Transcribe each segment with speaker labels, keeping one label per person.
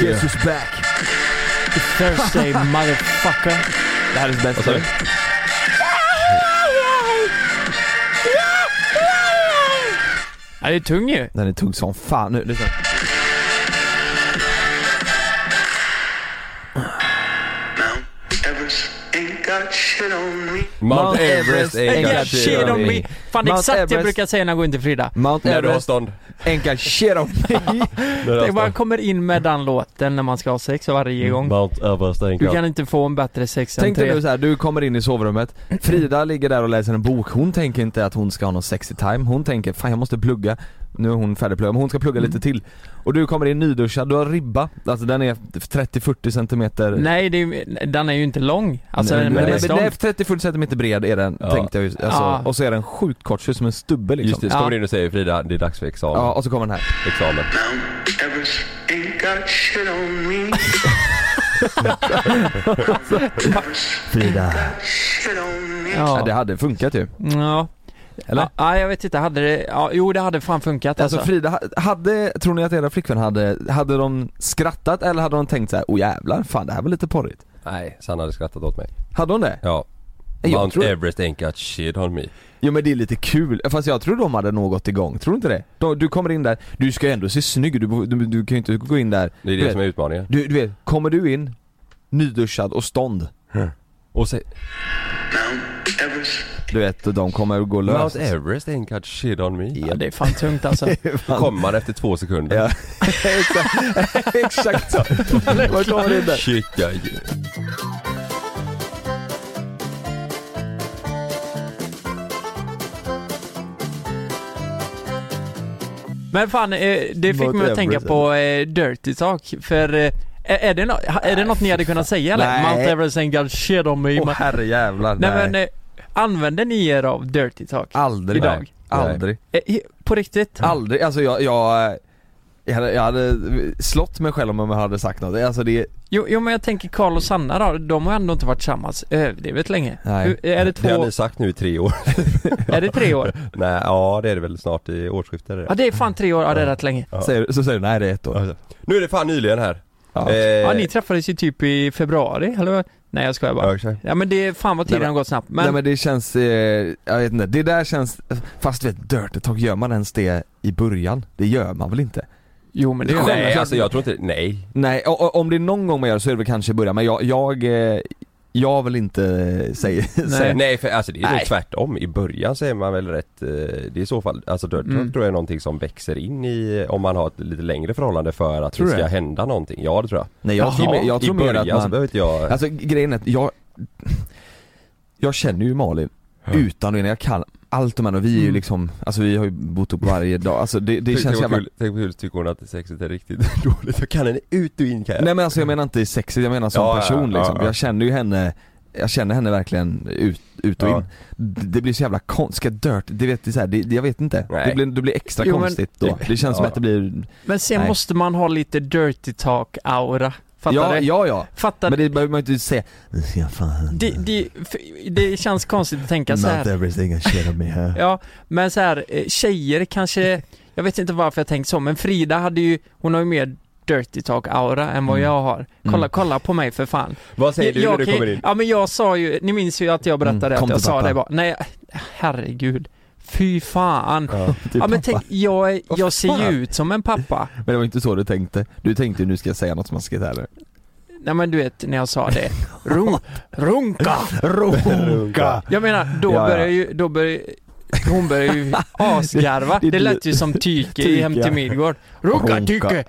Speaker 1: Guess who's back?
Speaker 2: It's Thursday motherfucker.
Speaker 1: Det här är det
Speaker 3: Vad sa
Speaker 1: bästa.
Speaker 3: du?
Speaker 2: Ja, det är tung ju.
Speaker 1: Den är tung som fan. Nu, lyssna.
Speaker 4: Mount Everest ain't got shit on me.
Speaker 3: Mount Everest
Speaker 1: ain't
Speaker 3: ain't
Speaker 1: got
Speaker 2: Yeah,
Speaker 3: got
Speaker 1: shit
Speaker 2: shit
Speaker 1: on
Speaker 2: on
Speaker 1: me.
Speaker 2: me. Fan det är
Speaker 1: Mount
Speaker 2: exakt det jag
Speaker 1: Everest.
Speaker 2: brukar säga när jag går in till Frida.
Speaker 1: Mount
Speaker 3: När du har
Speaker 1: Everest,
Speaker 3: stånd.
Speaker 1: enka shit on me.
Speaker 3: När du har
Speaker 2: Det bara
Speaker 3: stånd.
Speaker 2: kommer in med den låten när man ska ha sex varje gång.
Speaker 3: Mount Everest ain't
Speaker 2: Du
Speaker 3: got...
Speaker 2: kan inte få en bättre sex än
Speaker 1: Tänk dig
Speaker 2: tre.
Speaker 1: nu såhär, Mm, du kommer in i sovrummet, Frida ligger där och läser en bok, hon tänker inte att hon ska ha någon sexy time, hon tänker fan jag måste plugga, nu är hon färdigpluggad, men hon ska plugga
Speaker 3: Mm.
Speaker 1: lite till. Och du kommer in nyduschad, du har ribba, alltså den är 30-40 centimeter
Speaker 2: Nej, det är, den är ju inte lång. Alltså,
Speaker 1: Nej,
Speaker 2: men det är
Speaker 1: men
Speaker 2: stånd.
Speaker 1: den är 30-40 centimeter bred är den,
Speaker 3: Ja. Ah.
Speaker 1: tänkte jag ju, alltså,
Speaker 2: Ja.
Speaker 1: och så är den sjukt kort, ser ut som en stubbe liksom.
Speaker 3: Just det, så
Speaker 2: Ja.
Speaker 3: kommer du in och säger Frida, det är dags för examen.
Speaker 1: Ja, och så kommer den här.
Speaker 3: Examen.
Speaker 4: Mount Everest ain't got shit on me.
Speaker 1: Frida.
Speaker 4: Shit on me.
Speaker 3: Ah.
Speaker 1: Ja. det
Speaker 2: Ja.
Speaker 1: hade funkat ju.
Speaker 2: ja.
Speaker 1: Eller?
Speaker 2: Ja, Ja, jag vet inte. Hade det... Ja, jo, det hade fan funkat
Speaker 1: Alltså
Speaker 2: alltså.
Speaker 1: Frida, ha- hade, tror ni att era flickvän hade, hade de skrattat eller hade de tänkt så här, oh jävlar, fan det här var lite porrigt?
Speaker 3: Nej, Sanna hade skrattat åt mig.
Speaker 1: Hade hon det?
Speaker 3: Ja.
Speaker 1: Jag
Speaker 3: Mount
Speaker 1: tror-
Speaker 3: Everest ain't got shit on me.
Speaker 1: Jo men det är lite kul, fast jag tror de hade något igång, tror du inte det? De, du kommer in där, du ska ju ändå se snygg du, du, du kan ju inte gå in där
Speaker 3: Det är
Speaker 1: du,
Speaker 3: det
Speaker 1: vet,
Speaker 3: som är utmaningen.
Speaker 1: du, du vet, kommer du in, nyduschad och stånd,
Speaker 3: Och säg,
Speaker 4: Mount Everest
Speaker 1: du vet de kommer gå lös
Speaker 3: Mount Everest ain't got shit on me.
Speaker 2: Ja, det är fan tungt alltså.
Speaker 3: Då kommer man efter två sekunder.
Speaker 1: Ja. Exakt så, man kommer in där
Speaker 3: Shit ja.
Speaker 2: Men fan, eh, det fick
Speaker 1: Mount
Speaker 2: mig att tänka
Speaker 1: Everest.
Speaker 2: på eh, Dirty Talk, för eh, är är det, no- ha- är det något ni hade kunnat säga eller?
Speaker 1: Nej.
Speaker 2: Mount Everest ain't got shit on me.
Speaker 1: Åh
Speaker 2: Man-
Speaker 1: herrejävlar,
Speaker 2: nej.
Speaker 1: nej, eh,
Speaker 2: men, eh, använder ni er av Dirty Talk?
Speaker 1: aldrig,
Speaker 2: idag.
Speaker 1: Nej. aldrig,
Speaker 2: Eh, he- på riktigt?
Speaker 1: aldrig, alltså jag, jag jag hade, jag hade slått mig själv om jag hade sagt något, alltså det,
Speaker 2: Jo, jo men jag tänker Karl och Sanna då, de har ändå inte varit tillsammans eh, överdrivet länge.
Speaker 1: Nej.
Speaker 2: Hur- Är det två,
Speaker 3: Det har ni sagt nu i tre år.
Speaker 2: är det tre år?
Speaker 3: Nej, ja det är det väl snart i årsskiftet. är det?
Speaker 2: Ja det är fan tre år, ja det är rätt länge.
Speaker 3: Ja.
Speaker 1: säger, så säger du nej det är ett år
Speaker 3: Ja. Nu är det fan nyligen här.
Speaker 1: Ja.
Speaker 2: Ja ni träffades ju typ i februari, eller vad? Nej jag skojar bara.
Speaker 3: Eh. ja, exakt.
Speaker 2: Ja men det är fan vad tiden
Speaker 1: Nej, men-
Speaker 2: har gått snabbt. Men,
Speaker 1: Nej men det känns, eh, jag vet inte, det där känns, fast du vet Dirty Talk, gör man ens det i början? Det gör man väl inte?
Speaker 2: jo men det är
Speaker 3: Nej,
Speaker 2: skönt.
Speaker 3: alltså jag tror inte, nej.
Speaker 1: Nej, o- o- om det är någon gång man gör det så är det väl kanske i början, men jag, jag, eh, jag vill inte eh, säga,
Speaker 3: Nej,
Speaker 1: säga
Speaker 3: för alltså det är nog
Speaker 1: Nej.
Speaker 3: tvärtom. I början så är man väl rätt, eh, det är i så fall, alltså dirty
Speaker 2: Mm.
Speaker 3: talk tror jag är någonting som växer in i, om man har ett lite längre förhållande för att
Speaker 1: Tror
Speaker 3: det
Speaker 1: du
Speaker 3: ska
Speaker 1: det?
Speaker 3: hända någonting. Ja det tror jag.
Speaker 1: Nej jag tror, mer- jag tror
Speaker 3: I
Speaker 1: mer
Speaker 3: början
Speaker 1: att
Speaker 3: så
Speaker 1: man,
Speaker 3: behöver inte jag,
Speaker 1: alltså grejen är att jag, jag känner ju Malin utan och innan, jag kan allt om henne och vi är ju
Speaker 2: Mm.
Speaker 1: liksom, alltså vi har ju bott upp varje dag, alltså det, det
Speaker 3: Tänk-
Speaker 1: känns
Speaker 3: tänk vad
Speaker 1: jävla
Speaker 3: kul, tänk vad kul tycker hon att sexet är riktigt dåligt, jag kan henne ut och in kan jag.
Speaker 1: Nej men alltså jag menar inte sexigt, jag menar som
Speaker 3: Ja, ja,
Speaker 1: person
Speaker 3: ja,
Speaker 1: liksom.
Speaker 3: ja.
Speaker 1: Jag känner ju henne, jag känner henne verkligen ut, ut och
Speaker 3: Ja.
Speaker 1: in. D- Det blir så jävla konstigt, ska dirt, det vet det är så här, det, jag vet inte.
Speaker 3: Nej.
Speaker 1: Det blir, det blir extra
Speaker 2: Jo, men-
Speaker 1: konstigt då. Det känns som
Speaker 3: Ja.
Speaker 1: att det blir,
Speaker 2: Men sen
Speaker 1: Nej.
Speaker 2: måste man ha lite dirty talk-aura. Fattar
Speaker 1: ja,
Speaker 2: du?
Speaker 1: ja ja.
Speaker 2: Fattar
Speaker 1: Men
Speaker 2: du?
Speaker 1: det behöver man ju inte säga, ja fan.
Speaker 2: Det, det, för- det känns konstigt att tänka så här.
Speaker 1: Not everything I share me här.
Speaker 2: Ja, men så här, eh, tjejer kanske, jag vet inte varför jag tänkte så, men Frida hade ju, hon har ju mer dirty talk-aura än vad
Speaker 1: Mm.
Speaker 2: jag har. Kolla,
Speaker 1: Mm.
Speaker 2: kolla på mig för fan.
Speaker 3: Vad säger du
Speaker 2: jag
Speaker 3: när du
Speaker 2: kan ju-
Speaker 3: kommer in?
Speaker 2: Ja men jag sa ju, ni minns ju att jag berättade
Speaker 1: Mm, kom
Speaker 2: att jag
Speaker 1: till
Speaker 2: sa
Speaker 1: pappa.
Speaker 2: det bara, nej, herregud. Fy fan.
Speaker 3: Ja.
Speaker 1: typ
Speaker 2: Ja men tänk, jag, är-
Speaker 1: Vad
Speaker 2: jag ser
Speaker 1: fan?
Speaker 2: ju ut som en pappa.
Speaker 1: Men det var inte så du tänkte. Du tänkte ju nu ska jag säga något smaskigt här nu.
Speaker 2: Nej men du vet när jag sa det, Runk, runka!
Speaker 1: Runka!
Speaker 2: Jag menar, då
Speaker 1: Ja, ja.
Speaker 2: börjar ju, då börjar hon börjar ju asgarva.
Speaker 1: Det-
Speaker 2: Det,
Speaker 1: det-
Speaker 2: lät ju som Tyke i
Speaker 1: Tyke,
Speaker 2: Hem
Speaker 1: ja.
Speaker 2: till Midgård. Runka Tyke!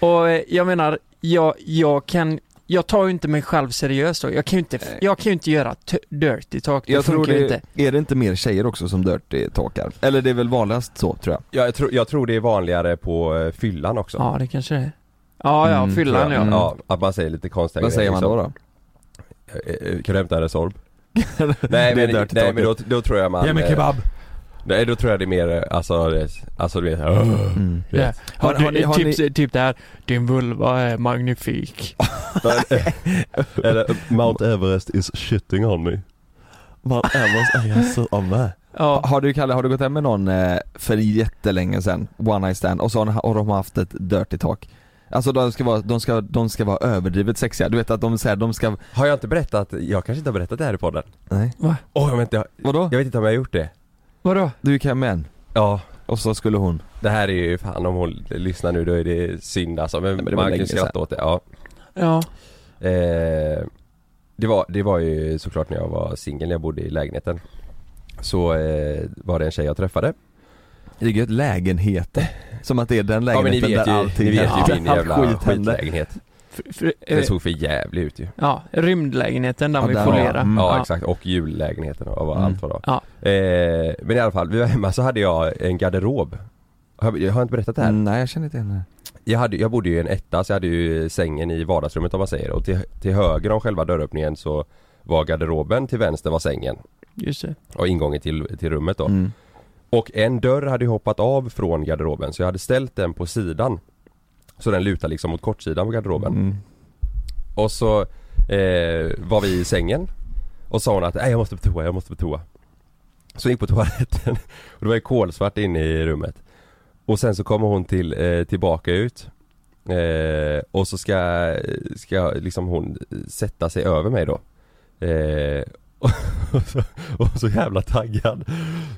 Speaker 2: Och eh, jag menar, jag, jag kan, jag tar ju inte mig själv seriöst då. Jag kan ju inte, jag kan ju inte göra t- dirty talk, det
Speaker 1: Eh. Jag tror
Speaker 2: funkar ju inte.
Speaker 1: det, är det inte mer tjejer också som dirty talkar? Eller det är väl vanligast så tror jag.
Speaker 3: Jag, tror, jag tror det är vanligare på eh, fyllan också.
Speaker 2: Ja, det kanske det är. Ja, ja,
Speaker 1: Mm,
Speaker 2: fyllan
Speaker 1: tror jag.
Speaker 2: ja.
Speaker 1: Mm.
Speaker 3: Ja, att man säger lite konstiga
Speaker 1: Vad säger man då? då?
Speaker 3: då? eh, Kan du hämta en Resorb? nej
Speaker 1: Det är
Speaker 3: men,
Speaker 1: dirty
Speaker 3: nej,
Speaker 1: talk.
Speaker 3: men då, då tror jag man... eh, Nej då tror jag det är mer, eh, alltså, det, alltså du vet uh,
Speaker 1: Mm.
Speaker 2: Det.
Speaker 3: vet.
Speaker 1: Har- har ni- har
Speaker 2: typ, typ det här, din vulva är magnifik.
Speaker 1: Ah.
Speaker 3: Eller Mount Everest is shitting on me
Speaker 1: Man är vad jag så av mig.
Speaker 2: Ja.
Speaker 1: Har du Kalle, har du gått hem med någon eh, för jättelänge sen, one night stand, och så har de- har de haft ett dirty talk? Alltså de ska vara, de ska, de ska vara överdrivet sexiga, du vet att de säger de ska,
Speaker 3: Har jag inte berättat, jag kanske inte har berättat det här i podden?
Speaker 1: nej,
Speaker 3: Åh, jag, vet inte, jag,
Speaker 1: vadå?
Speaker 3: jag vet inte om jag har gjort det.
Speaker 2: Vadå?
Speaker 1: Du gick hem med en,
Speaker 3: Ja,
Speaker 1: och så skulle hon
Speaker 3: det här är ju fan om hon lyssnar nu då är det synd alltså, men,
Speaker 1: men det var
Speaker 3: man kan ju
Speaker 1: länge
Speaker 3: skratta åt det. Ja.
Speaker 2: Ja.
Speaker 3: Eh, det, var, det var ju såklart när jag var singel, när jag bodde i lägenheten. Så eh, var det en tjej jag träffade.
Speaker 1: ligger ju ett lägenhet Som att det är den
Speaker 3: Ja men ni
Speaker 1: lägenheten
Speaker 3: vet ju,
Speaker 1: där allting
Speaker 3: ni vet
Speaker 1: händer.
Speaker 3: ju min
Speaker 1: Allt
Speaker 3: jävla
Speaker 1: skit händer.
Speaker 3: skitlägenhet.
Speaker 2: För, för,
Speaker 3: Det
Speaker 2: eh,
Speaker 3: såg för jävligt ut ju.
Speaker 2: ja, rymdlägenheten där
Speaker 1: Ja,
Speaker 2: vi
Speaker 1: där,
Speaker 2: folierar.
Speaker 1: ja. Mm.
Speaker 3: Ja, exakt, och jullägenheten och vad
Speaker 1: Mm.
Speaker 3: allt vad det var.
Speaker 2: Ja.
Speaker 3: Eh, men i alla fall, vi var hemma så hade jag en garderob. Har jag har jag inte berättat det här?
Speaker 1: Mm, Nej jag känner inte igen det
Speaker 3: Jag, hade, jag bodde ju i en etta så jag hade ju sängen i vardagsrummet om man säger och till, till höger om själva dörröppningen så var garderoben, till vänster var sängen
Speaker 2: Just det.
Speaker 3: och ingången till, till rummet då.
Speaker 1: mm.
Speaker 3: Och en dörr hade ju hoppat av från garderoben så jag hade ställt den på sidan. Så den lutar liksom mot kortsidan på garderoben.
Speaker 1: Mm.
Speaker 3: Och så eh, var vi i sängen och sa hon att "Nej, jag måste på toa, jag måste på toa. Så hon gick på toaletten och det var ju kolsvart inne i rummet. Och sen så kommer hon till, eh, tillbaka ut eh, och så ska, ska liksom hon sätta sig över mig då. Eh, och, så, och så jävla taggad.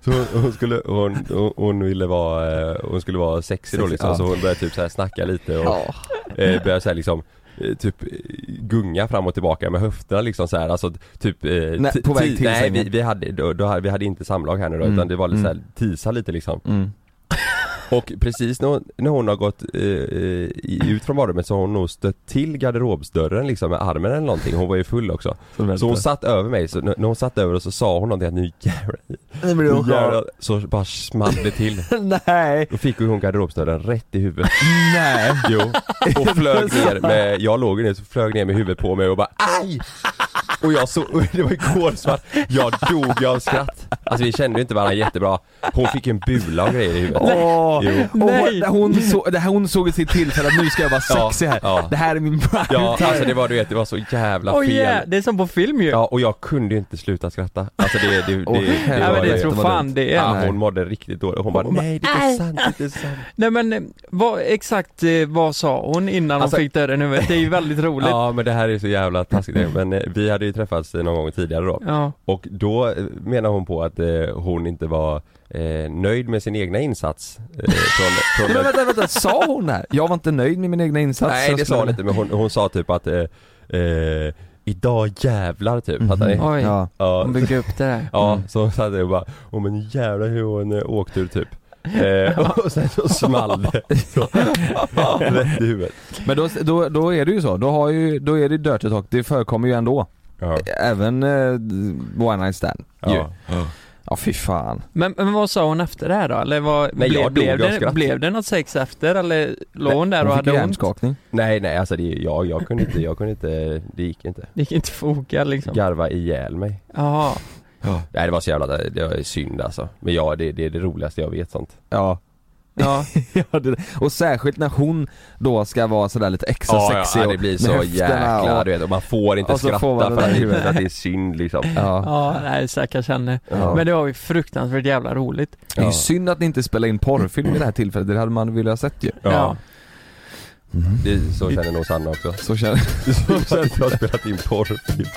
Speaker 3: Så hon, hon skulle, hon, hon, hon ville vara, eh, hon skulle vara sexig då
Speaker 1: Sexig,
Speaker 3: liksom
Speaker 1: ja.
Speaker 3: så hon började typ så här snacka lite och
Speaker 1: Ja.
Speaker 3: eh, börjar såhär liksom eh, Typ eh, gunga fram och tillbaka med höfterna liksom så här. alltså typ eh,
Speaker 1: Nej,
Speaker 3: ti-
Speaker 1: på väg
Speaker 3: ti-
Speaker 1: till
Speaker 3: Nej vi,
Speaker 1: sängen.
Speaker 3: vi hade, då, då, hade- vi hade inte samlag här nu då
Speaker 1: Mm.
Speaker 3: utan det var lite
Speaker 1: Mm.
Speaker 3: såhär, tisa lite liksom
Speaker 1: Mm.
Speaker 3: Och precis när hon, när hon har gått eh, eh, i- ut från badrummet så har hon nog stött till garderobsdörren liksom med armen eller någonting, hon var ju full också Så hon satt över mig, så när när hon satt över och så sa hon någonting att nu jävlar,
Speaker 1: Nu blir
Speaker 3: nu
Speaker 1: hon
Speaker 3: jävlar Så bara small det till
Speaker 1: Nej!
Speaker 3: Då fick ju hon garderobsdörren rätt i huvudet
Speaker 1: Nej!
Speaker 3: Jo, och flög ner med, jag låg ju ner så flög ner med huvudet på mig och bara aj! Och jag såg, och det var ju kolsvart, jag dog av skratt Alltså vi kände ju inte varandra jättebra Hon fick ju en bula och grejer i huvudet
Speaker 1: Åh!
Speaker 3: Jo.
Speaker 1: Och
Speaker 2: Nej.
Speaker 1: hon- hon, så, det här, hon såg i sitt tillfälle att nu ska jag vara
Speaker 3: Ja,
Speaker 1: sexig här.
Speaker 3: ja.
Speaker 1: Det här är min prime
Speaker 3: Ja,
Speaker 1: time.
Speaker 3: alltså det var du vet, det var så jävla
Speaker 2: Åh
Speaker 3: fel
Speaker 2: yeah, det är som på film ju.
Speaker 3: Ja, och jag kunde ju inte sluta skratta Alltså det, det, det,
Speaker 1: Åh,
Speaker 3: det,
Speaker 1: helvete.
Speaker 2: Nej,
Speaker 3: var
Speaker 2: men det
Speaker 3: ju-
Speaker 2: tror
Speaker 1: det var
Speaker 2: fan
Speaker 1: dumt.
Speaker 2: det är.
Speaker 3: Ja, hon mådde riktigt dåligt, hon bara nej det är inte sant, det är inte sant
Speaker 2: Nej men eh, vad, exakt eh, vad sa hon innan
Speaker 3: Alltså-
Speaker 2: hon fick dörren i huvudet? Det är ju väldigt roligt. Ja.
Speaker 3: Ja men det här är så jävla taskigt, men eh, vi hade ju träffats eh, någon gång tidigare då Och då eh, menar hon på att eh, hon inte var eh, nöjd med sin egna insats eh, från,
Speaker 1: Nej,
Speaker 3: från
Speaker 1: men vänta, vänta, sa hon det här? Jag var inte nöjd med min egna insats.
Speaker 3: Nej
Speaker 1: Jag
Speaker 3: det
Speaker 1: skulle-
Speaker 3: sa hon inte men hon, hon sa typ att eh, eh, Idag jävlar typ, fattar ni?
Speaker 2: Oj,
Speaker 1: Mm-hmm. Ja. Mm.
Speaker 3: Ja,
Speaker 2: hon byggde upp det där.
Speaker 3: ja så hon satt där och bara Åh men jävlar hur hon eh, åkte ur typ eh, Och sen så small det så, Rätt i huvudet
Speaker 1: Men då, då, då är det ju så, då, har ju, då är det dirty talk, det förekommer ju ändå.
Speaker 3: Ja,
Speaker 1: Även eh, one night stand.
Speaker 3: ja.
Speaker 1: Ja fy fan.
Speaker 2: Men, men vad sa hon efter det här då? Eller vad,
Speaker 3: Nej, jag
Speaker 2: blev, blev,
Speaker 3: dog av
Speaker 2: det,
Speaker 3: skratt.
Speaker 2: blev det något sex efter eller låg hon där och
Speaker 1: Hon fick
Speaker 2: hade ont?
Speaker 1: hjärnskakning.
Speaker 3: Nej nej alltså det, jag, jag kunde inte, jag kunde inte, det gick inte
Speaker 2: Det gick inte att foka liksom.
Speaker 3: Garva ihjäl mig
Speaker 2: Jaha.
Speaker 3: Nej det var så jävla, det var synd alltså. Men ja det, det är det roligaste jag vet sånt.
Speaker 1: Ja.
Speaker 2: Ja.
Speaker 1: ja det, och särskilt när hon då ska vara sådär lite extra sexig
Speaker 3: ja, det
Speaker 1: och-
Speaker 3: blir
Speaker 1: med
Speaker 3: så
Speaker 1: höfterna
Speaker 3: jäkla,
Speaker 1: och-
Speaker 3: du vet, och man får inte
Speaker 1: Och så
Speaker 3: skratta
Speaker 1: får man det
Speaker 3: för
Speaker 1: där
Speaker 3: att,
Speaker 1: i
Speaker 3: det är-
Speaker 1: huvudet.
Speaker 3: att det är synd liksom.
Speaker 1: Ja.
Speaker 2: Ja, nej stackars henne.
Speaker 1: Ja.
Speaker 2: Men det var ju fruktansvärt jävla roligt.
Speaker 1: Det är
Speaker 3: Ja.
Speaker 1: ju synd att ni inte spelar in porrfilm vid det här tillfället, det hade man velat ha sett ju.
Speaker 3: Ja.
Speaker 2: Ja.
Speaker 3: Det, så känner nog Sanna också.
Speaker 1: Så känner
Speaker 3: Så känner jag har spelat in porrfilm.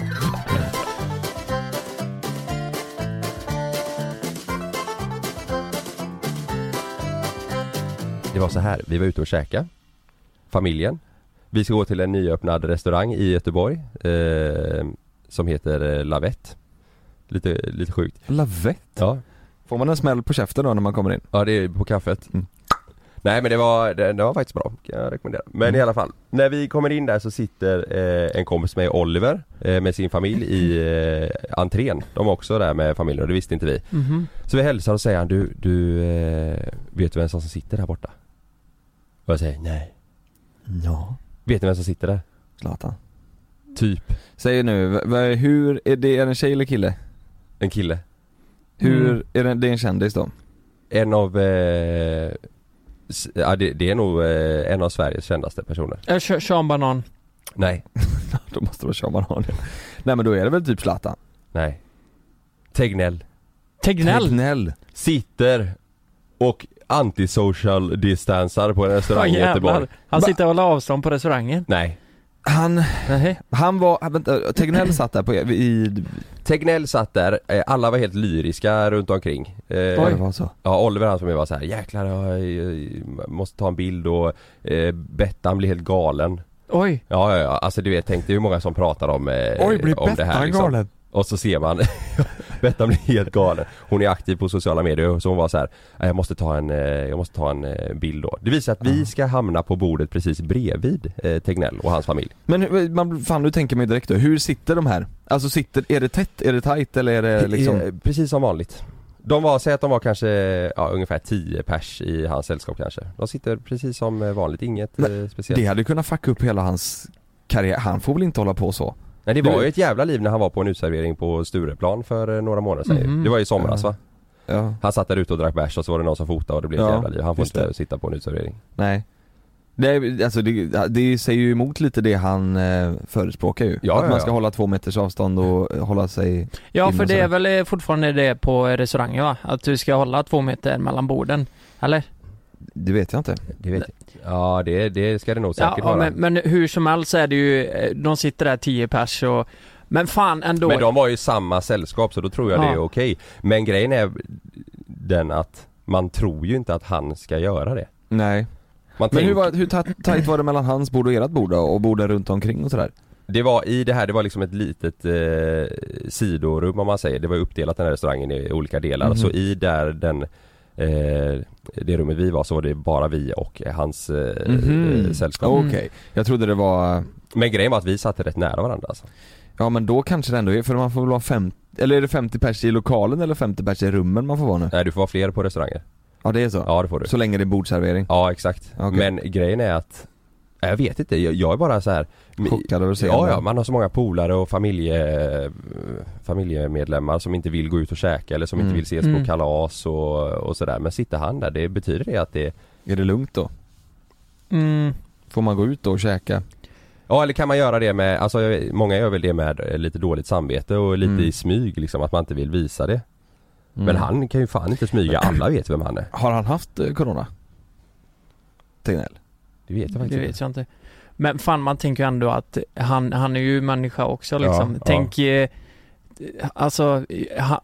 Speaker 3: Det var så här, vi var ute och käka Familjen Vi ska gå till en nyöppnad restaurang i Göteborg eh, Som heter eh, Lavette Lite, lite sjukt
Speaker 1: Lavett?
Speaker 3: Ja,
Speaker 1: Får man en smäll på käften då när man kommer in?
Speaker 3: Ja det är på kaffet
Speaker 1: Mm.
Speaker 3: Nej men det var, det, det var faktiskt bra, kan jag rekommendera. Men i alla fall, när vi kommer in där så sitter eh, en kompis med Oliver eh, med sin familj i eh, entrén. De var också där med familjen och det visste inte vi.
Speaker 2: Mhm.
Speaker 3: Så vi hälsar och säger han du, du eh, vet du vem som sitter där borta? Och jag säger nej.
Speaker 1: Ja.
Speaker 3: Vet du vem som sitter där?
Speaker 1: Zlatan.
Speaker 3: Typ
Speaker 1: Säg nu, v- v- hur, är det, är det en tjej eller kille?
Speaker 3: en kille.
Speaker 1: Hur,
Speaker 2: Mm.
Speaker 1: är det, det är en kändis då?
Speaker 3: En av, eh, s- ja, det, det är nog eh, en av Sveriges kändaste personer.
Speaker 2: Jag kör, kör en banan.
Speaker 3: Nej,
Speaker 1: då måste det vara Sean Banan Nej men då är det väl typ Zlatan?
Speaker 3: nej. Tegnell.
Speaker 2: Tegnell.
Speaker 1: Tegnell.
Speaker 3: Sitter och antisocial distansar på en restaurang i
Speaker 2: Åh,
Speaker 3: Göteborg.
Speaker 2: jävlar. Han
Speaker 1: Va?
Speaker 2: sitter och håller avstånd på restaurangen.
Speaker 3: Nej.
Speaker 1: Han,
Speaker 2: Nej.
Speaker 1: han var, vänta, Tegnell satt där på, i, eh,
Speaker 3: Tegnell satt där, eh, alla var helt lyriska runt omkring. Eh,
Speaker 1: Oj. det var så.
Speaker 3: Ja, Oliver han som var så här, jäklar jag, jag måste ta en bild och eh, Bettan blir helt galen.
Speaker 2: Oj.
Speaker 3: Ja, ja, ja, alltså du vet, tänk dig hur många som pratar om, eh, om det här liksom. Och så ser man Bettan blir helt galen Hon är aktiv på sociala medier så hon var så här "Nej, Jag måste ta en, eh, jag måste ta en eh, bild då Det visar att vi
Speaker 1: Mm.
Speaker 3: ska hamna på bordet precis bredvid eh, Tegnell och hans familj
Speaker 1: Men hur- man, fan nu tänker man ju direkt då, hur sitter de här? Alltså sitter, är det tätt, är det tight eller är det liksom?
Speaker 3: Eh, Precis som vanligt De var, säg att de var kanske ja, ungefär 10 pers i hans sällskap kanske De sitter precis som eh, vanligt, inget
Speaker 1: Men
Speaker 3: eh, speciellt
Speaker 1: Det hade ju kunnat fucka upp hela hans karriär, han får väl inte hålla på så?
Speaker 3: Nej det var
Speaker 1: Du-
Speaker 3: ju ett jävla liv när han var på en utservering på Stureplan för eh, några månader sedan ju.
Speaker 1: Mm-hmm.
Speaker 2: Mhm.
Speaker 3: Det var ju i somras
Speaker 1: Ja.
Speaker 3: va?
Speaker 1: Ja,
Speaker 3: Han satt där ute och drack bärs och så var det någon som fotade och det blev ett
Speaker 1: Ja,
Speaker 3: jävla liv Han får
Speaker 1: just
Speaker 3: inte
Speaker 1: det.
Speaker 3: sitta på en utservering
Speaker 1: nej. Det, är- alltså det, det säger ju emot lite det han eh, förespråkar ju.
Speaker 3: Ja,
Speaker 1: att
Speaker 3: ja,
Speaker 1: man ska
Speaker 3: ja.
Speaker 1: hålla två meters avstånd och eh, hålla sig...
Speaker 2: Ja,
Speaker 1: Inne
Speaker 2: för
Speaker 1: och
Speaker 2: det
Speaker 1: sådär.
Speaker 2: är väl eh, fortfarande det på eh, restaurangen va? Att du ska hålla två meter mellan borden. Eller?
Speaker 1: Det vet jag inte.
Speaker 3: Det vet jag. Ja det, det ska det nog säkert
Speaker 2: ja,
Speaker 3: vara.
Speaker 2: men,
Speaker 3: Men,
Speaker 2: men hur som helst så är det ju, eh, de sitter där 10 pers och men fan ändå.
Speaker 3: de var ju i samma sällskap så då tror jag det är
Speaker 2: Ja.
Speaker 3: okej. Men grejen är den att man tror ju inte att han ska göra det.
Speaker 1: Nej.
Speaker 3: Man
Speaker 1: Men
Speaker 3: tänker,
Speaker 1: hur, var, hur ta- tajt var det mellan hans bord och ert bord då? Och borden runt omkring och sådär?
Speaker 3: Det var i det här, det var liksom ett litet eh, sidorum om man säger. Det var ju uppdelat den här restaurangen i olika delar.
Speaker 1: Mhm.
Speaker 3: Så i där den eh, det rummet vi var så var det bara vi och eh, hans eh,
Speaker 1: Mhm.
Speaker 3: eh, sällskap.
Speaker 1: Okej, jag trodde det var...
Speaker 3: Men grejen var att vi satt rätt nära varandra alltså.
Speaker 1: Ja men då kanske det ändå är, för man får väl vara 50, eller är det 50 pers i lokalen eller 50 pers i rummen man får vara nu?
Speaker 3: Nej du får vara fler på restauranger.
Speaker 1: Ja det är så?
Speaker 3: Ja det får du.
Speaker 1: Så länge det är bordservering?
Speaker 3: Ja exakt.
Speaker 1: Okej.
Speaker 3: Men grejen är att Jag vet inte, jag, jag är bara så här.
Speaker 1: Chockad över att se
Speaker 3: Ja,
Speaker 1: alla.
Speaker 3: ja, man har så många polare och familje, eh, familjemedlemmar som inte vill gå ut och käka eller som
Speaker 1: Mm.
Speaker 3: inte vill ses
Speaker 2: Mm.
Speaker 3: på kalas och, och sådär. Men sitter han där, det betyder det att det
Speaker 1: Är det lugnt då?
Speaker 2: Mm,
Speaker 1: Får man gå ut då och käka?
Speaker 3: Ja eller kan man göra det med, alltså jag- många gör väl det med eh, lite dåligt samvete och lite
Speaker 1: Mm.
Speaker 3: i smyg liksom att man inte vill visa det.
Speaker 1: Mm.
Speaker 3: Men han kan ju fan inte smyga, alla vet vem han är.
Speaker 1: Har han haft eh, corona? Tegnell?
Speaker 3: Det vet jag
Speaker 2: det
Speaker 3: faktiskt
Speaker 2: vet jag inte. Men fan man tänker ju ändå att han, han är ju människa också liksom.
Speaker 3: Ja, ja.
Speaker 2: Tänk, eh, alltså, eh, han,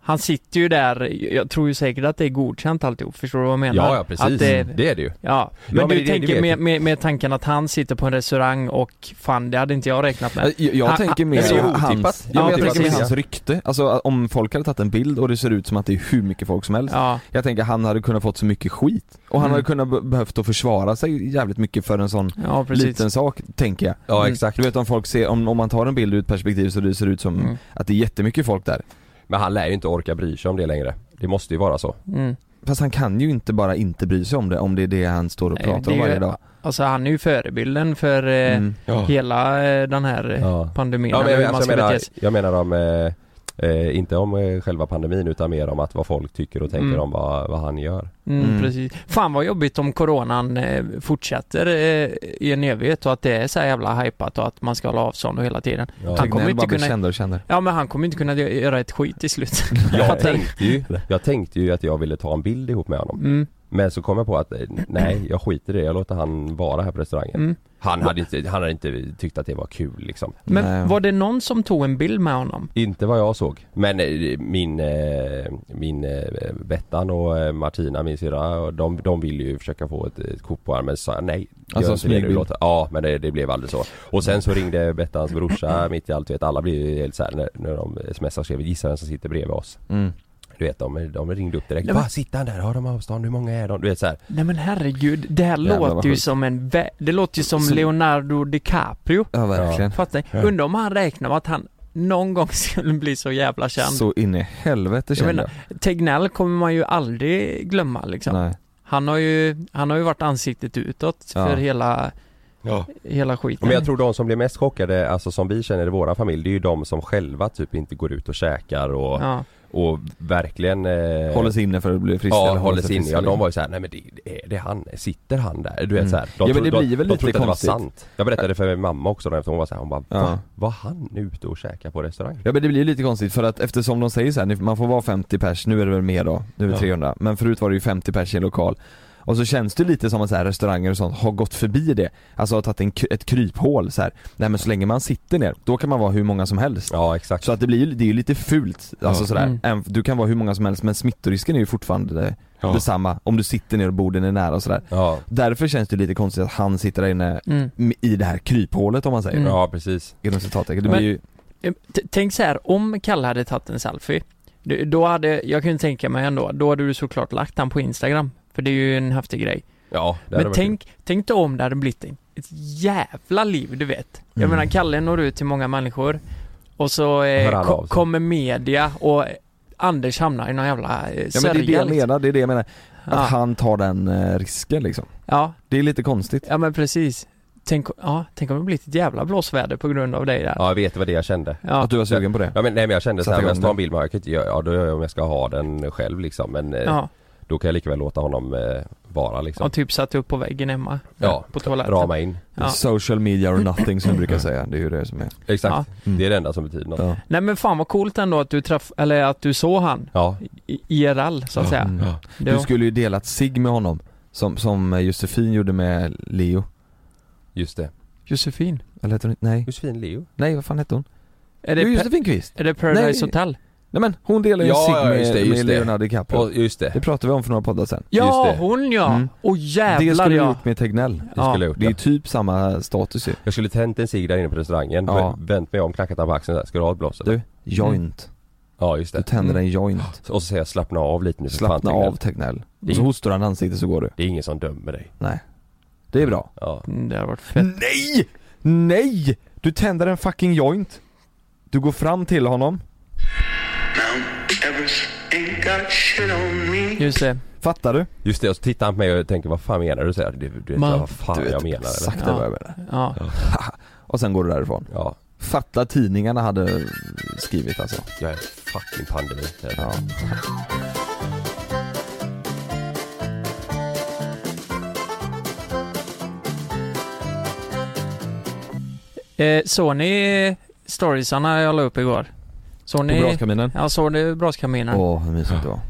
Speaker 2: han sitter ju där, jag tror ju säkert att det är godkänt alltihop, förstår du vad jag menar?
Speaker 3: Ja, ja precis.
Speaker 2: Att det,
Speaker 3: Det är det ju.
Speaker 2: Ja, men,
Speaker 3: men
Speaker 2: du
Speaker 3: det- det
Speaker 2: tänker
Speaker 3: vet
Speaker 2: med,
Speaker 3: jag.
Speaker 2: med, med tanken att han sitter på en restaurang och fan det hade inte jag räknat med.
Speaker 1: Jag, jag
Speaker 2: Han-
Speaker 1: tänker
Speaker 2: han-
Speaker 1: mer
Speaker 3: Nej, det är otippat.
Speaker 1: hans,
Speaker 3: Det är
Speaker 1: ja, men jag
Speaker 2: otippat,
Speaker 1: tänker mer
Speaker 2: ja.
Speaker 1: hans rykte, alltså att om folk hade tagit en bild och det ser ut som att det är hur mycket folk som helst
Speaker 2: Ja,
Speaker 1: Jag tänker han hade kunnat fått så mycket skit och han
Speaker 2: Mm.
Speaker 1: hade kunnat be- behövt att försvara sig jävligt mycket för en sån
Speaker 2: ja precis.
Speaker 1: liten sak, tänker jag
Speaker 3: Ja
Speaker 2: Mm.
Speaker 3: exakt.
Speaker 1: Du vet om folk ser, om, om man tar en bild ur ett perspektiv så det ser ut som
Speaker 2: Mm.
Speaker 1: att det är jättemycket folk där
Speaker 3: Men han lär ju inte orka bry sig om det längre. Det måste ju vara så.
Speaker 2: Mm.
Speaker 1: Fast han kan ju inte bara inte bry sig om det, om det är det han står och
Speaker 2: Nej,
Speaker 1: pratar
Speaker 2: det
Speaker 1: om
Speaker 2: är ju-
Speaker 1: varje dag
Speaker 2: Alltså han är ju förebilden för eh,
Speaker 1: Mm.
Speaker 2: hela eh, den här eh,
Speaker 3: Ja.
Speaker 2: pandemin.
Speaker 3: Ja, men
Speaker 2: eller hur
Speaker 3: jag,
Speaker 2: man
Speaker 3: alltså,
Speaker 2: ska
Speaker 3: jag, menar,
Speaker 2: bete sig.
Speaker 3: jag menar om, eh, eh, inte om eh, själva pandemin utan mer om att vad folk tycker och tänker
Speaker 2: Mm.
Speaker 3: om vad, vad han gör.
Speaker 2: Mm,
Speaker 1: Mm.
Speaker 2: Precis. Fan vad jobbigt om coronan eh, fortsätter eh, i en evighet och att det är så här jävla hypat och att man ska hålla avstånd och hela tiden.
Speaker 3: Ja.
Speaker 2: Han kommer
Speaker 1: Tegnell
Speaker 2: inte
Speaker 1: bara blir
Speaker 2: kunna-
Speaker 1: kändare och kändare
Speaker 2: Ja men han kommer inte kunna gö- göra ett skit i slut.
Speaker 3: Jag,
Speaker 2: Fattar du?
Speaker 3: tänkte ju, jag tänkte ju att jag ville ta en bild ihop med honom
Speaker 2: Mm,
Speaker 3: Men så kom jag på att eh, nej jag skiter i det, jag låter han vara här på restaurangen
Speaker 2: mm.
Speaker 3: han, hade inte, han hade inte tyckt att det var kul liksom
Speaker 2: Men
Speaker 1: Nej.
Speaker 2: var det någon som tog en bild med honom?
Speaker 3: Inte vad jag såg Men eh, min, eh, min eh, Bettan och eh, Martina, min syrra, och de, de ville ju försöka få ett, ett kort på armen så sa jag nej gör
Speaker 1: Alltså,
Speaker 3: inte det, du
Speaker 1: smygbild.
Speaker 3: låter- Ja men det, det blev aldrig så Och sen så ringde Bettans brorsa mitt i allt, du vet alla blev ju helt såhär när, när de smsar och skrev gissa vem som sitter bredvid oss
Speaker 1: mm.
Speaker 3: Du vet de, de ringde upp direkt,
Speaker 2: Nej, men-
Speaker 3: va sitter han där, har de avstånd, hur många är de? Du vet såhär
Speaker 2: Nej men herregud, det här
Speaker 1: Jävlar, vad
Speaker 2: låter ju
Speaker 1: sjukt.
Speaker 2: som en vä- Det låter ju som
Speaker 1: Som-
Speaker 2: Leonardo DiCaprio.
Speaker 1: Ja verkligen
Speaker 2: Fattar ni?
Speaker 3: Ja.
Speaker 2: Undrar om han räknar med att han någon gång skulle bli så jävla känd.
Speaker 1: Så in i helvete
Speaker 2: Jag
Speaker 1: kände
Speaker 2: menar,
Speaker 1: jag,
Speaker 2: Tegnell kommer man ju aldrig glömma liksom.
Speaker 1: Nej.
Speaker 2: Han har ju, han har ju varit ansiktet utåt
Speaker 1: Ja.
Speaker 2: för hela, hela skiten.
Speaker 3: Men jag tror de som blir mest chockade, alltså som vi känner i våran familj, det är ju de som själva typ inte går ut och käkar och,
Speaker 2: Ja.
Speaker 3: och verkligen eh,
Speaker 1: Håller sig inne för att bli frisk
Speaker 3: Ja,
Speaker 1: eller
Speaker 3: håller sig inne.
Speaker 1: frisk,
Speaker 3: Ja, de
Speaker 1: liksom.
Speaker 3: var ju såhär, nej men det, det, det är han, sitter han där? Du vet
Speaker 1: Mm.
Speaker 3: såhär,
Speaker 1: Ja, men
Speaker 3: trodde-
Speaker 1: det blir väl
Speaker 3: de
Speaker 1: lite
Speaker 3: trodde att det var
Speaker 1: konstigt.
Speaker 3: sant Jag berättade för min mamma också dagen efter, hon var såhär, hon bara
Speaker 1: Ja.
Speaker 3: Va? Var han ute och käkade på restaurang?
Speaker 1: Ja men det blir ju lite konstigt för att eftersom de säger så här, ni- man får vara 50 pers, nu är det väl mer då, nu är det
Speaker 3: Ja.
Speaker 1: 300, men förut var det ju 50 pers i en lokal och så känns det lite som att så här, restauranger och sånt har gått förbi det, alltså har tagit en, k- ett kryphål så här. Nej men så länge man sitter ner, då kan man vara hur många som helst
Speaker 3: Ja exakt
Speaker 1: Så att det blir ju, det är ju lite fult, alltså
Speaker 3: Ja.
Speaker 1: sådär,
Speaker 2: Mm.
Speaker 1: Även- du kan vara hur många som helst men smittorisken är ju fortfarande
Speaker 3: Ja.
Speaker 1: detsamma om du sitter ner och borden är nära och sådär
Speaker 3: ja.
Speaker 1: Därför känns det lite konstigt att han sitter där inne
Speaker 2: Mm.
Speaker 1: i det här kryphålet om man säger
Speaker 2: Mm.
Speaker 3: ja, precis
Speaker 1: inom citattecken, det
Speaker 2: Men-
Speaker 1: blir ju,
Speaker 2: Eh, t- Tänk så här, om Kalle hade tagit en selfie, du- då hade, jag kan ju tänka mig ändå, då hade du såklart lagt han på Instagram. För det är ju en häftig grej.
Speaker 3: Ja, det hade
Speaker 2: Men
Speaker 3: varit
Speaker 2: tänk, tänk då om det hade blivit en- ett jävla liv, du vet. Jag
Speaker 1: Mm.
Speaker 2: menar, Kalle når ut till många människor och så
Speaker 3: Hör
Speaker 2: eh,
Speaker 3: alla av
Speaker 2: ko-
Speaker 3: sig.
Speaker 2: kommer media och eh, Anders hamnar i någon jävla eh,
Speaker 1: ja men det är det
Speaker 2: sörja
Speaker 1: jag
Speaker 2: liksom.
Speaker 1: menar, det är det jag menar Att
Speaker 3: Ah.
Speaker 2: ja.
Speaker 1: han tar den eh, risken liksom.
Speaker 2: ja,
Speaker 1: Det är lite konstigt.
Speaker 2: ja men precis. Tänk, ja, tänk om det blir ett jävla blåsväder på grund av dig där.
Speaker 3: Ja jag vet vad det jag kände
Speaker 2: Ja,
Speaker 1: Att du var sugen på det.
Speaker 3: Ja men nej men jag kände
Speaker 1: Satte
Speaker 3: såhär, om jag
Speaker 1: igång
Speaker 3: tar en
Speaker 1: det.
Speaker 3: bild med honom, jag kan inte göra, ja då gör jag om jag ska ha den själv liksom men eh,
Speaker 2: ja.
Speaker 3: då kan jag lika väl låta honom eh, vara liksom
Speaker 2: Och typ satt upp på väggen hemma.
Speaker 3: Ja,
Speaker 2: på toaletten.
Speaker 1: typ.
Speaker 3: rama in
Speaker 2: Ja.
Speaker 1: Social media or nothing som jag brukar säga, det är ju det som är.
Speaker 3: Exakt,
Speaker 1: Mm.
Speaker 3: det är det enda som betyder något
Speaker 1: Ja.
Speaker 2: Nej men fan vad coolt ändå att du träff eller att du såg han
Speaker 3: Ja,
Speaker 2: i- IRL så att säga.
Speaker 1: Mm.
Speaker 3: ja.
Speaker 2: Det
Speaker 1: Du
Speaker 2: var-
Speaker 1: skulle ju delat sig med honom, som, som Josefin gjorde med Leo.
Speaker 3: just det
Speaker 2: Josefin.
Speaker 1: Eller hette hon inte- Nej,
Speaker 3: Josefin Leo
Speaker 1: nej vad fan hette hon?
Speaker 2: Är det,
Speaker 1: Jo
Speaker 2: pa-
Speaker 1: Josefin Kvist.
Speaker 2: är det Paradise
Speaker 1: Nej.
Speaker 2: Hotel?
Speaker 1: Nej men hon delade ju
Speaker 3: Ja,
Speaker 1: sig
Speaker 3: ja,
Speaker 1: med,
Speaker 3: just det, just
Speaker 1: med
Speaker 3: det.
Speaker 1: Leonardo DiCaprio.
Speaker 3: Och just det,
Speaker 1: det pratade vi om för några poddar sen.
Speaker 2: Ja,
Speaker 3: det.
Speaker 2: hon ja!
Speaker 1: Mm.
Speaker 2: Och
Speaker 1: det
Speaker 2: jävlar
Speaker 1: skulle du
Speaker 2: ja!
Speaker 1: gjort med Tegnell.
Speaker 3: det
Speaker 2: Ja.
Speaker 3: skulle jag gjort
Speaker 1: Det är ju
Speaker 3: ja.
Speaker 1: typ samma status ju.
Speaker 3: Jag skulle tänt en cigg där inne på restaurangen,
Speaker 1: Ja.
Speaker 3: v- vänt mig om, knackat honom på axeln såhär, ska du ha ett blås eller?
Speaker 1: Du, joint.
Speaker 3: Ja just
Speaker 1: Du
Speaker 3: det
Speaker 1: tänder
Speaker 2: Mm.
Speaker 1: en joint.
Speaker 3: Och så säger jag slappna av lite nu för fan,
Speaker 1: Slappna
Speaker 3: Tegnell.
Speaker 1: av Tegnell.
Speaker 3: Det är-
Speaker 1: Och så hostar han i ansiktet så går du.
Speaker 3: Det är ingen som dömer dig
Speaker 1: Det är bra.
Speaker 3: Ja,
Speaker 2: Mm, Det har varit fett.
Speaker 1: Nej! Nej! Du tänder en fucking joint. Du går fram till honom.
Speaker 4: Mount Everest ain't got shit on me.
Speaker 2: Just det.
Speaker 1: Fattar du?
Speaker 3: just det och så tittar han på mig och tänker vad fan menar du? Så här, du, du vet
Speaker 2: Man-
Speaker 3: vad fan jag menar eller?
Speaker 1: exakt
Speaker 2: Ja.
Speaker 1: vad jag menar.
Speaker 2: Ja.
Speaker 1: Och sen går du därifrån.
Speaker 3: Ja,
Speaker 1: Fatta tidningarna hade skrivit alltså.
Speaker 3: jag är fucking pandemi
Speaker 1: Ja.
Speaker 2: Eh, såg ni storiesarna jag la upp igår? Såg
Speaker 1: På
Speaker 2: ni?
Speaker 1: braskaminen.
Speaker 2: Ja, såg ni braskaminen?
Speaker 1: Åh, vad mysigt det var.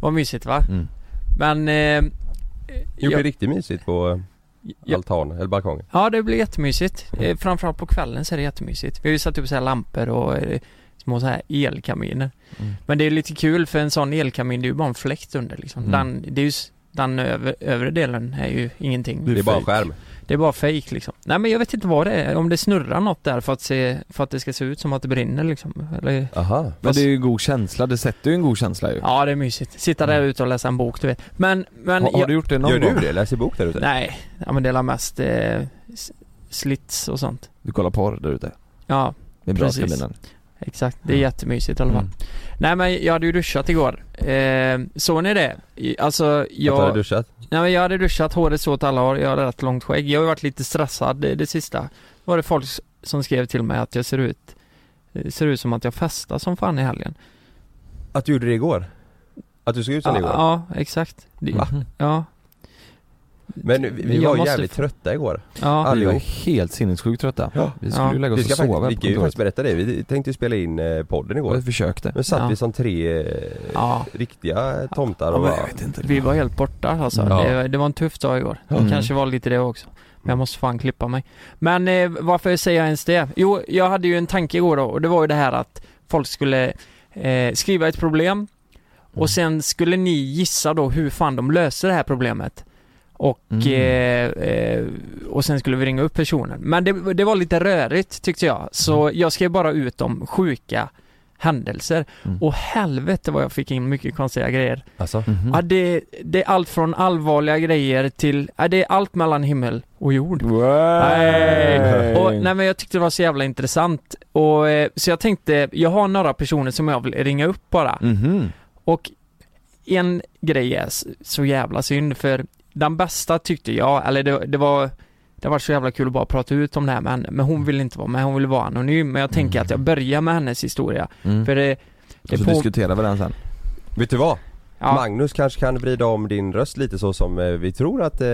Speaker 2: Vad mysigt va?
Speaker 1: Mm.
Speaker 2: Men... Eh,
Speaker 3: Jo det
Speaker 2: jag-
Speaker 3: är riktigt mysigt på ja.
Speaker 2: Ja.
Speaker 3: altanen, eller balkongen
Speaker 2: Ja, det blir jättemysigt. Eh, framförallt på kvällen så är det jättemysigt. Vi har ju satt upp så här lampor och eh, små så här elkaminer.
Speaker 1: Mm.
Speaker 2: Men det är lite kul för en sån elkamin, det är ju bara en fläkt under liksom.
Speaker 1: Mm.
Speaker 2: Den, det är ju, s- den över, övre delen är ju ingenting.
Speaker 1: Det
Speaker 3: Det
Speaker 1: är
Speaker 3: är bara en
Speaker 1: fake.
Speaker 3: skärm
Speaker 2: Det är bara fake liksom. Nej men jag vet inte vad det är, om det snurrar något där för att se, för att det ska se ut som att det brinner liksom. Eller,
Speaker 3: Aha
Speaker 1: Men det är ju en god känsla, det sätter ju en god känsla ju.
Speaker 2: ja det är mysigt. Sitta där ute och läsa en bok du vet. Men, men...
Speaker 1: har, Mm. har
Speaker 2: jag-
Speaker 1: du gjort det någon
Speaker 3: Gör
Speaker 1: gång?
Speaker 3: du det? Läser bok där ute?
Speaker 2: Nej, ja men det är väl mest eh, s- slits och sånt.
Speaker 1: Du kollar porr där ute?
Speaker 2: Ja,
Speaker 1: Med
Speaker 2: Precis.
Speaker 1: braskaminen?
Speaker 2: exakt. Det är jättemysigt i alla fall.
Speaker 1: Mm.
Speaker 2: Nej men jag hade ju duschat igår. Eh, såg ni det? I- Alltså
Speaker 3: Jag tar och
Speaker 2: jag...
Speaker 3: duschat?
Speaker 2: Nej, men jag hade duschat, håret så åt alla håll, jag hade rätt långt skägg. Jag har ju varit lite stressad det, det sista. Var det folk s- som skrev till mig att jag ser ut, eh, ser ut som att jag festar som fan i helgen.
Speaker 3: Att du gjorde det igår? Att du såg ut som det igår?
Speaker 2: ja, exakt. Det,
Speaker 1: Va?
Speaker 2: Ja,
Speaker 3: Men vi, vi
Speaker 2: Jag
Speaker 3: var
Speaker 2: måste
Speaker 3: jävligt trötta igår
Speaker 2: ja.
Speaker 3: Allihop.
Speaker 1: Vi var helt sinnessjukt trötta.
Speaker 3: Ja.
Speaker 1: Vi skulle
Speaker 2: Ja.
Speaker 1: ju lägga
Speaker 3: Vi
Speaker 1: oss
Speaker 3: ska
Speaker 1: och sova
Speaker 3: faktiskt, vi
Speaker 1: på
Speaker 3: kan ju
Speaker 1: kontoret.
Speaker 3: faktiskt berätta det, vi tänkte ju spela in eh, podden igår
Speaker 1: Vi försökte.
Speaker 3: Men satt
Speaker 2: Ja.
Speaker 3: vi som tre eh,
Speaker 2: Ja.
Speaker 3: riktiga tomtar
Speaker 1: Ja,
Speaker 3: och
Speaker 1: men
Speaker 3: bara,
Speaker 1: jag vet inte.
Speaker 2: Vi var helt borta alltså.
Speaker 3: Ja.
Speaker 2: Det, det var en tuff dag igår.
Speaker 1: Mm.
Speaker 2: Kanske var lite det också. Men jag måste fan klippa mig. Men eh, varför säger jag ens det? Jo, jag hade ju en tanke igår då och det var ju det här att folk skulle eh, skriva ett problem
Speaker 1: Mm.
Speaker 2: och sen skulle ni gissa då hur fan de löser det här problemet. Och,
Speaker 1: Mm.
Speaker 2: eh, eh, och sen skulle vi ringa upp personen. Men det, det var lite rörigt tyckte jag. Så jag skrev bara ut om sjuka händelser.
Speaker 1: Mm.
Speaker 2: Och helvete vad jag fick in mycket konstiga grejer.
Speaker 3: alltså,
Speaker 1: Mhm.
Speaker 2: Ja, det, det är allt från allvarliga grejer till, ja, det är allt mellan himmel och jord.
Speaker 1: Nej.
Speaker 2: Och, nej men jag tyckte det var så jävla intressant. Och, eh, så jag tänkte, jag har några personer som jag vill ringa upp bara.
Speaker 1: Mhm.
Speaker 2: Och en grej är s- så jävla synd för den bästa tyckte jag, eller det, det var det var så jävla kul att bara prata ut om det här med henne, men hon vill inte vara med, hon vill vara anonym. Men jag tänker att jag börjar med hennes historia.
Speaker 1: Mm.
Speaker 2: För det,
Speaker 1: Och
Speaker 2: det
Speaker 1: så
Speaker 2: på,
Speaker 1: diskuterar vi den sen.
Speaker 3: vet du vad?
Speaker 2: Ja.
Speaker 3: Magnus kanske kan vrida om din röst lite så som eh, vi tror att eh,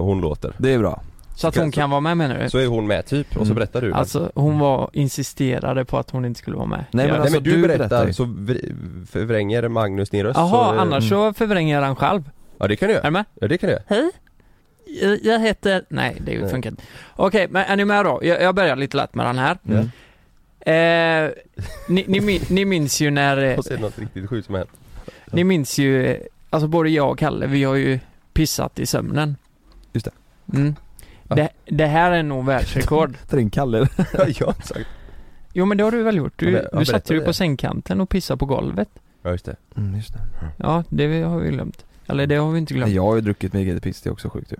Speaker 3: hon låter.
Speaker 1: Det är bra.
Speaker 2: Så att hon kan vara med menar du?
Speaker 3: Så är hon med typ och så
Speaker 1: Mm.
Speaker 3: berättar du.
Speaker 2: Eh. Alltså hon var, insisterade på att hon inte skulle vara med
Speaker 1: Nej, men
Speaker 2: Ja.
Speaker 3: Nej
Speaker 1: alltså,
Speaker 3: men du,
Speaker 1: du
Speaker 3: berättar,
Speaker 1: berättar ju.
Speaker 3: så vri- förvränger Magnus din röst.
Speaker 2: Jaha,
Speaker 3: så, eh,
Speaker 2: annars så förvränger jag den själv.
Speaker 3: Ja det kan du
Speaker 2: Är du
Speaker 3: göra.
Speaker 2: med?
Speaker 3: Ja det kan du göra.
Speaker 2: Hej! Jag- Jag heter... Nej, det
Speaker 3: Nej.
Speaker 2: funkar inte. Okej, men är ni med då? Jag, jag börjar lite lätt med den här.
Speaker 1: Mm.
Speaker 2: Eh, ni, ni, min- ni minns ju när... eh,
Speaker 3: Och se något riktigt sjukt som har hänt.
Speaker 2: Ni minns ju, eh, alltså både jag och Kalle, vi har ju pissat i sömnen.
Speaker 1: Just
Speaker 2: det. Mm.
Speaker 3: Ja.
Speaker 2: Det, det här är nog världsrekord.
Speaker 1: Ta in Kalle.
Speaker 3: Ja, jag har sagt.
Speaker 2: Jo men det har du väl gjort?
Speaker 3: Ja, men
Speaker 2: Du,
Speaker 3: jag
Speaker 2: du
Speaker 3: berättade
Speaker 2: satte dig
Speaker 3: det.
Speaker 2: på sängkanten och pissade på golvet.
Speaker 3: Ja just det.
Speaker 1: Mm, just det.
Speaker 2: Ja, det har vi glömt. Eller det har vi inte glömt.
Speaker 1: Nej, jag har ju druckit mycket eget piss, det är också sjukt ju.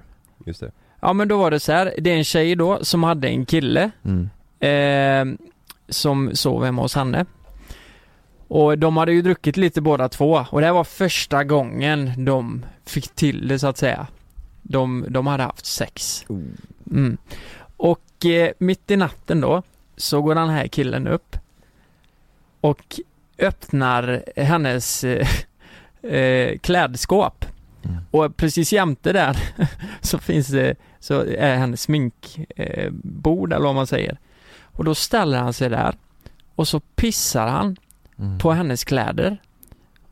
Speaker 3: Just det.
Speaker 2: Ja men då var det så här. det är en tjej då som hade en kille
Speaker 1: Mm.
Speaker 2: eh, som sov hemma hos henne. Och de hade ju druckit lite båda två och det här var första gången de fick till det så att säga. De, de hade haft sex. Mm. Och eh, mitt i natten då så går den här killen upp och öppnar hennes eh, eh, klädskåp.
Speaker 1: Mm.
Speaker 2: Och precis jämte där så finns det, så är hennes sminkbord eh, bord, eller vad man säger. Och då ställer han sig där och så pissar han
Speaker 1: Mm.
Speaker 2: på hennes kläder.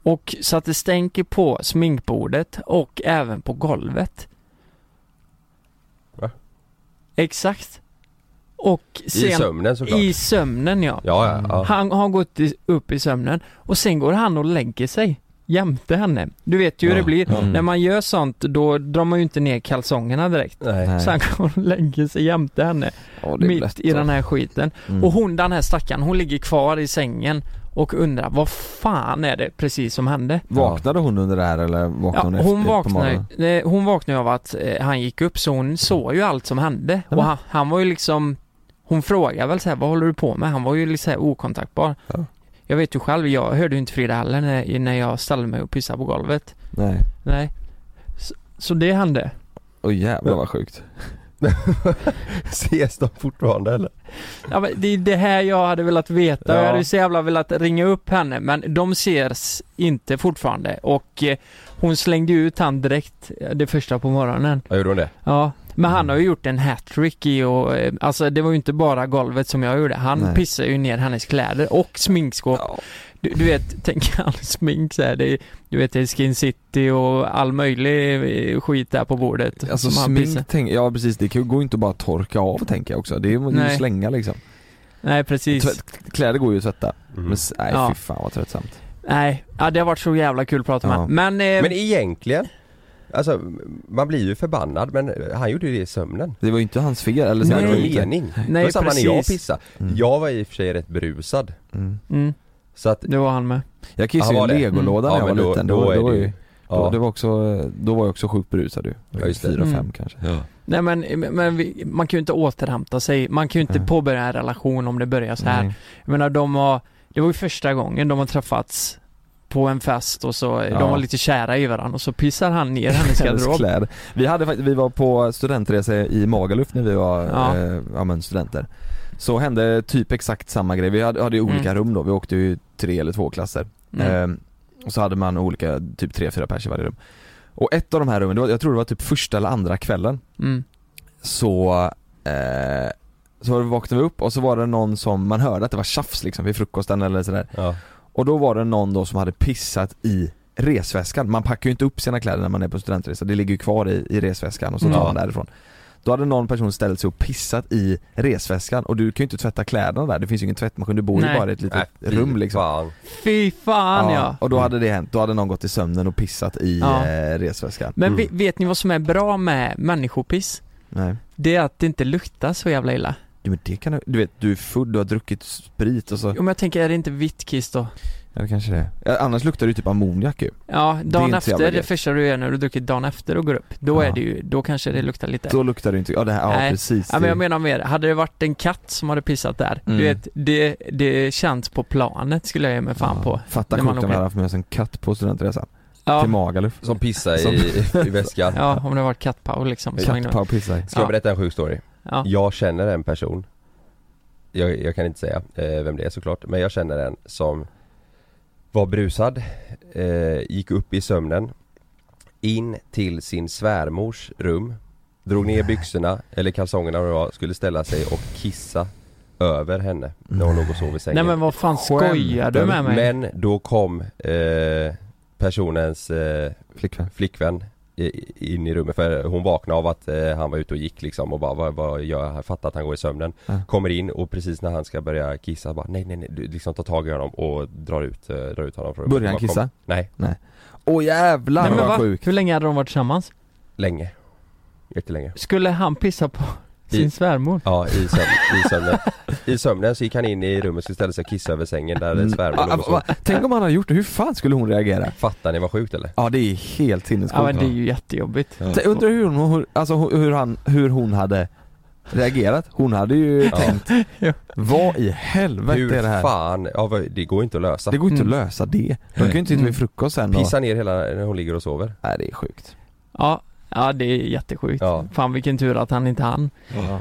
Speaker 2: Och så att det stänker på sminkbordet och även på golvet.
Speaker 3: Va?
Speaker 2: Exakt. Och
Speaker 3: I
Speaker 2: sen,
Speaker 3: sömnen såklart.
Speaker 2: i sömnen ja.
Speaker 3: Ja, ja, ja.
Speaker 2: Han har gått i, upp i sömnen och sen går han och lägger sig jämte henne. Du vet ju hur
Speaker 3: Ja.
Speaker 2: det blir.
Speaker 1: Mm.
Speaker 2: När man gör sånt då drar man ju inte ner kalsongerna direkt.
Speaker 3: Nej.
Speaker 1: Nej.
Speaker 2: Så han går och lägger sig jämte henne
Speaker 1: Ja, det är
Speaker 2: mitt
Speaker 1: lätt,
Speaker 2: i
Speaker 1: va?
Speaker 2: den här skiten.
Speaker 1: Mm.
Speaker 2: Och hon den här stackaren, hon ligger kvar i sängen och undrar vad fan är det precis som hände?
Speaker 1: Vaknade hon under det här eller vaknade
Speaker 2: Ja,
Speaker 1: hon efter?
Speaker 2: hon,
Speaker 1: på
Speaker 2: vaknar,
Speaker 1: morgonen?
Speaker 2: ju- eh, hon vaknar ju av att eh, han gick upp så hon såg ju allt som hände.
Speaker 1: men-
Speaker 2: Och han, han var ju liksom Hon frågade väl så här, vad håller du på med? Han var ju lite så här okontaktbar.
Speaker 1: Ja.
Speaker 2: Jag vet ju själv, jag hörde ju inte Frida heller när, när jag ställde mig och pissade på golvet.
Speaker 1: Nej.
Speaker 2: Nej. Så, så det hände.
Speaker 1: Åh jävlar vad sjukt.
Speaker 3: Ses de fortfarande eller?
Speaker 2: Ja, men det är det här jag hade velat veta.
Speaker 3: Ja.
Speaker 2: Jag hade ju så jävla velat ringa upp henne men de ses inte fortfarande och eh, hon slängde ju ut han direkt eh, det första på morgonen.
Speaker 3: Ja gjorde hon det?
Speaker 2: Ja, men
Speaker 1: Mm.
Speaker 2: han har ju gjort en hattrick i och eh, alltså det var ju inte bara golvet som jag gjorde. Han
Speaker 1: Nej.
Speaker 2: pissade ju ner hennes kläder och sminkskåp.
Speaker 1: Ja.
Speaker 2: Du, du vet, tänk all smink så här. Det är, du vet det är Skin City och all möjlig eh, skit där på bordet.
Speaker 1: Alltså
Speaker 2: som han pissar.
Speaker 1: smink, tänk, ja precis det kan ju- går ju inte bara att torka av tänker jag också. Det är ju det är ju
Speaker 2: Nej.
Speaker 1: slänga liksom.
Speaker 2: Nej precis.
Speaker 1: Tvätt, kläder går ju att tvätta. Men
Speaker 3: Mm.
Speaker 1: s- nej
Speaker 2: Ja.
Speaker 1: fy fan vad tröttsamt.
Speaker 2: Nej, ja, det har varit så jävla kul att prata med
Speaker 1: Ja.
Speaker 2: honom. Men, eh,
Speaker 3: Men egentligen, alltså man blir ju förbannad men han gjorde ju det i sömnen.
Speaker 1: Det var ju inte hans fel eller så
Speaker 3: Det
Speaker 2: Nej.
Speaker 3: var
Speaker 1: var det
Speaker 3: ju
Speaker 1: inte.
Speaker 3: mening. Det var
Speaker 2: Nej,
Speaker 3: ju samma när jag
Speaker 2: precis.
Speaker 3: pissade.
Speaker 1: Mm.
Speaker 3: Jag var i och för sig rätt brusad.
Speaker 1: Mm.
Speaker 2: Mm,
Speaker 3: Så att,
Speaker 2: det var han med.
Speaker 1: Jag kissade
Speaker 3: Ja, var
Speaker 1: ju i
Speaker 3: det?
Speaker 1: legolådan när jag var liten. Då, då, var
Speaker 3: det
Speaker 1: ju, då,
Speaker 3: Ja.
Speaker 1: det var också, då var jag också sjukt berusad du.
Speaker 3: Ja, just det.
Speaker 1: Fyra, fem
Speaker 2: Mm.
Speaker 1: kanske.
Speaker 2: Nej men, men vi, man kan ju inte återhämta sig. Man kan ju inte
Speaker 1: Nej.
Speaker 2: påbörja en relation om det börjar så här.
Speaker 1: Nej.
Speaker 2: Jag menar de har, det var ju första gången de har träffats på en fest och så,
Speaker 1: Ja.
Speaker 2: de var lite kära i varandra och så pissar han ner hennes
Speaker 1: Hennes
Speaker 2: garderob.
Speaker 1: kläder. Vi hade faktiskt, vi var på studentresa i Magaluf när vi var,
Speaker 2: Ja.
Speaker 1: eh, ja men studenter. Så hände typ exakt samma grej, vi hade, hade ju olika
Speaker 2: Mm.
Speaker 1: rum då, vi åkte ju tre eller två klasser.
Speaker 2: Mm.
Speaker 1: Ehm, och så hade man olika, typ tre, fyra pers i varje rum. Och ett av de här rummen, det var, jag tror det var typ första eller andra kvällen,
Speaker 2: Mm.
Speaker 1: så, eh, så var det- vaknade vi upp och så var det någon som, man hörde att det var tjafs liksom vid frukosten eller sådär.
Speaker 3: Ja.
Speaker 1: Och då var det någon då som hade pissat i resväskan. Man packar ju inte upp sina kläder när man är på studentresa, det ligger ju kvar i, i resväskan och så tar
Speaker 3: Mm.
Speaker 1: man därifrån. Då hade någon person ställt sig och pissat i resväskan och du kan ju inte tvätta kläderna där, det finns ju ingen tvättmaskin, du bor ju
Speaker 2: Nej.
Speaker 1: bara i ett litet
Speaker 3: Äh, fy
Speaker 1: rum liksom.
Speaker 3: fan.
Speaker 2: Fy fan ja. Mm.
Speaker 1: Och då hade det hänt, då hade någon gått i sömnen och pissat i
Speaker 2: Ja.
Speaker 1: eh, resväskan.
Speaker 2: Men
Speaker 3: Mm.
Speaker 2: vi, vet ni vad som är bra med människopiss?
Speaker 1: Nej.
Speaker 2: Det är att det inte luktar så jävla illa.
Speaker 1: Jo, men det kan du, du vet du är full, du har druckit sprit och så.
Speaker 2: Om jag tänker, är det inte vitt kiss då?
Speaker 1: Ja det kanske det är. ja, Annars luktar det ju typ ammoniak ju.
Speaker 2: Ja,
Speaker 1: inte
Speaker 2: dagen
Speaker 1: så jävla
Speaker 2: efter, det
Speaker 1: gött.
Speaker 2: första du gör när du druckit dagen efter och går upp, då
Speaker 1: Ja.
Speaker 2: är det ju, då kanske det luktar lite.
Speaker 1: Då luktar det inte, ja det här, ja
Speaker 2: Nej.
Speaker 1: precis.
Speaker 2: Ja, men jag
Speaker 1: Det-
Speaker 2: menar mer, hade det varit en katt som hade pissat där,
Speaker 1: Mm.
Speaker 2: du vet, det, det känns på planet skulle jag ge mig fan
Speaker 1: Ja.
Speaker 2: på.
Speaker 1: Fatta
Speaker 2: När man
Speaker 1: sjukt om jag
Speaker 2: åker.
Speaker 1: hade haft med oss en katt på studentresan.
Speaker 2: Ja,
Speaker 1: Till Magaluf.
Speaker 3: Som pissar
Speaker 1: Som-
Speaker 3: i, i väskan.
Speaker 2: ja om det var kattpaus liksom. som hängde med.
Speaker 1: Kattpaw pissar i.
Speaker 3: Ska jag berätta en sjuk story?
Speaker 2: Ja.
Speaker 3: Jag känner en person jag, jag kan inte säga eh, vem det är såklart, men jag känner en som var brusad, eh, gick upp i sömnen, in till sin svärmors rum, drog ner byxorna eller kalsongerna vad det var, skulle ställa sig och kissa över henne när hon låg och sov i sängen.
Speaker 2: Nej men vad fan skojar du med mig?
Speaker 3: Men då kom eh, personens eh,
Speaker 1: Flickvän.
Speaker 3: flickvän i- in i rummet för hon vaknade av att eh, han var ute och gick liksom och bara vad, vad gör jag? Jag fattar att han går i sömnen
Speaker 1: Ja.
Speaker 3: Kommer in och precis när han ska börja kissa bara nej nej nej du liksom tar tag i honom och drar ut, eh, drar ut honom från rummet
Speaker 1: Började han
Speaker 3: Bara, kom-
Speaker 1: kissa?
Speaker 3: Nej,
Speaker 1: Åh jävlar
Speaker 2: Nej men
Speaker 1: vad
Speaker 2: va?
Speaker 1: sjukt.
Speaker 2: Hur länge hade de varit tillsammans?
Speaker 3: länge Jättelänge
Speaker 2: Skulle han pissa på
Speaker 3: I-
Speaker 2: sin svärmor?
Speaker 3: Ja i, sömn, i sömnen I sömnen så gick han in i rummet och skulle ställa sig och kissa över sängen där svärmor låg och
Speaker 1: Ah,
Speaker 3: sov
Speaker 1: va? Tänk om han hade gjort det, hur fan skulle hon reagera?
Speaker 3: Fattar ni vad sjukt eller?
Speaker 1: Ja det är helt
Speaker 2: Ja
Speaker 1: sinnessjukt.
Speaker 2: men det är ju jättejobbigt.
Speaker 1: T- Undrar hur hon, hur- alltså hur- hur han, hur hon hade reagerat? Hon hade ju
Speaker 3: Ja.
Speaker 1: tänkt,
Speaker 2: Ja.
Speaker 1: vad i helvete är det
Speaker 3: Hur
Speaker 1: här?
Speaker 3: fan, ja, vad- det går ju inte att lösa
Speaker 1: Det går inte
Speaker 2: Mm.
Speaker 1: att lösa det. De kan ju inte sitta
Speaker 2: Mm.
Speaker 1: vid frukost sen och...
Speaker 3: Pissa ner hela när hon ligger och sover
Speaker 1: Nej det är sjukt.
Speaker 2: Ja, ja det är jättesjukt.
Speaker 3: Ja.
Speaker 2: Fan vilken tur att han inte hann.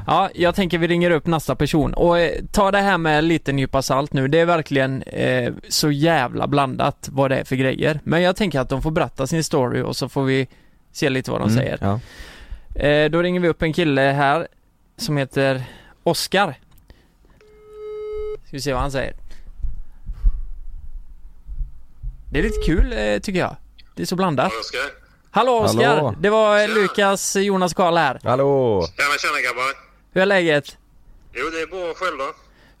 Speaker 2: Ja, jag tänker vi ringer upp nästa person och eh, ta det här med en liten nypa salt nu. Det är verkligen eh, så jävla blandat vad det är för grejer. Men jag tänker att de får berätta sin story och så får vi se lite vad de
Speaker 1: Mm,
Speaker 2: säger.
Speaker 1: Ja.
Speaker 2: Eh, då ringer vi upp en kille här som heter Oskar. Ska vi se vad han säger. Det är lite kul eh, tycker jag. Det är så blandat.
Speaker 5: Oskar.
Speaker 2: Hallå Oskar!
Speaker 1: Hallå.
Speaker 2: Det var eh, Lukas, Jonas och Karl här.
Speaker 3: Hallå!
Speaker 5: Ja men tjena grabbar.
Speaker 2: Hur är läget?
Speaker 5: Jo det är bra själv då.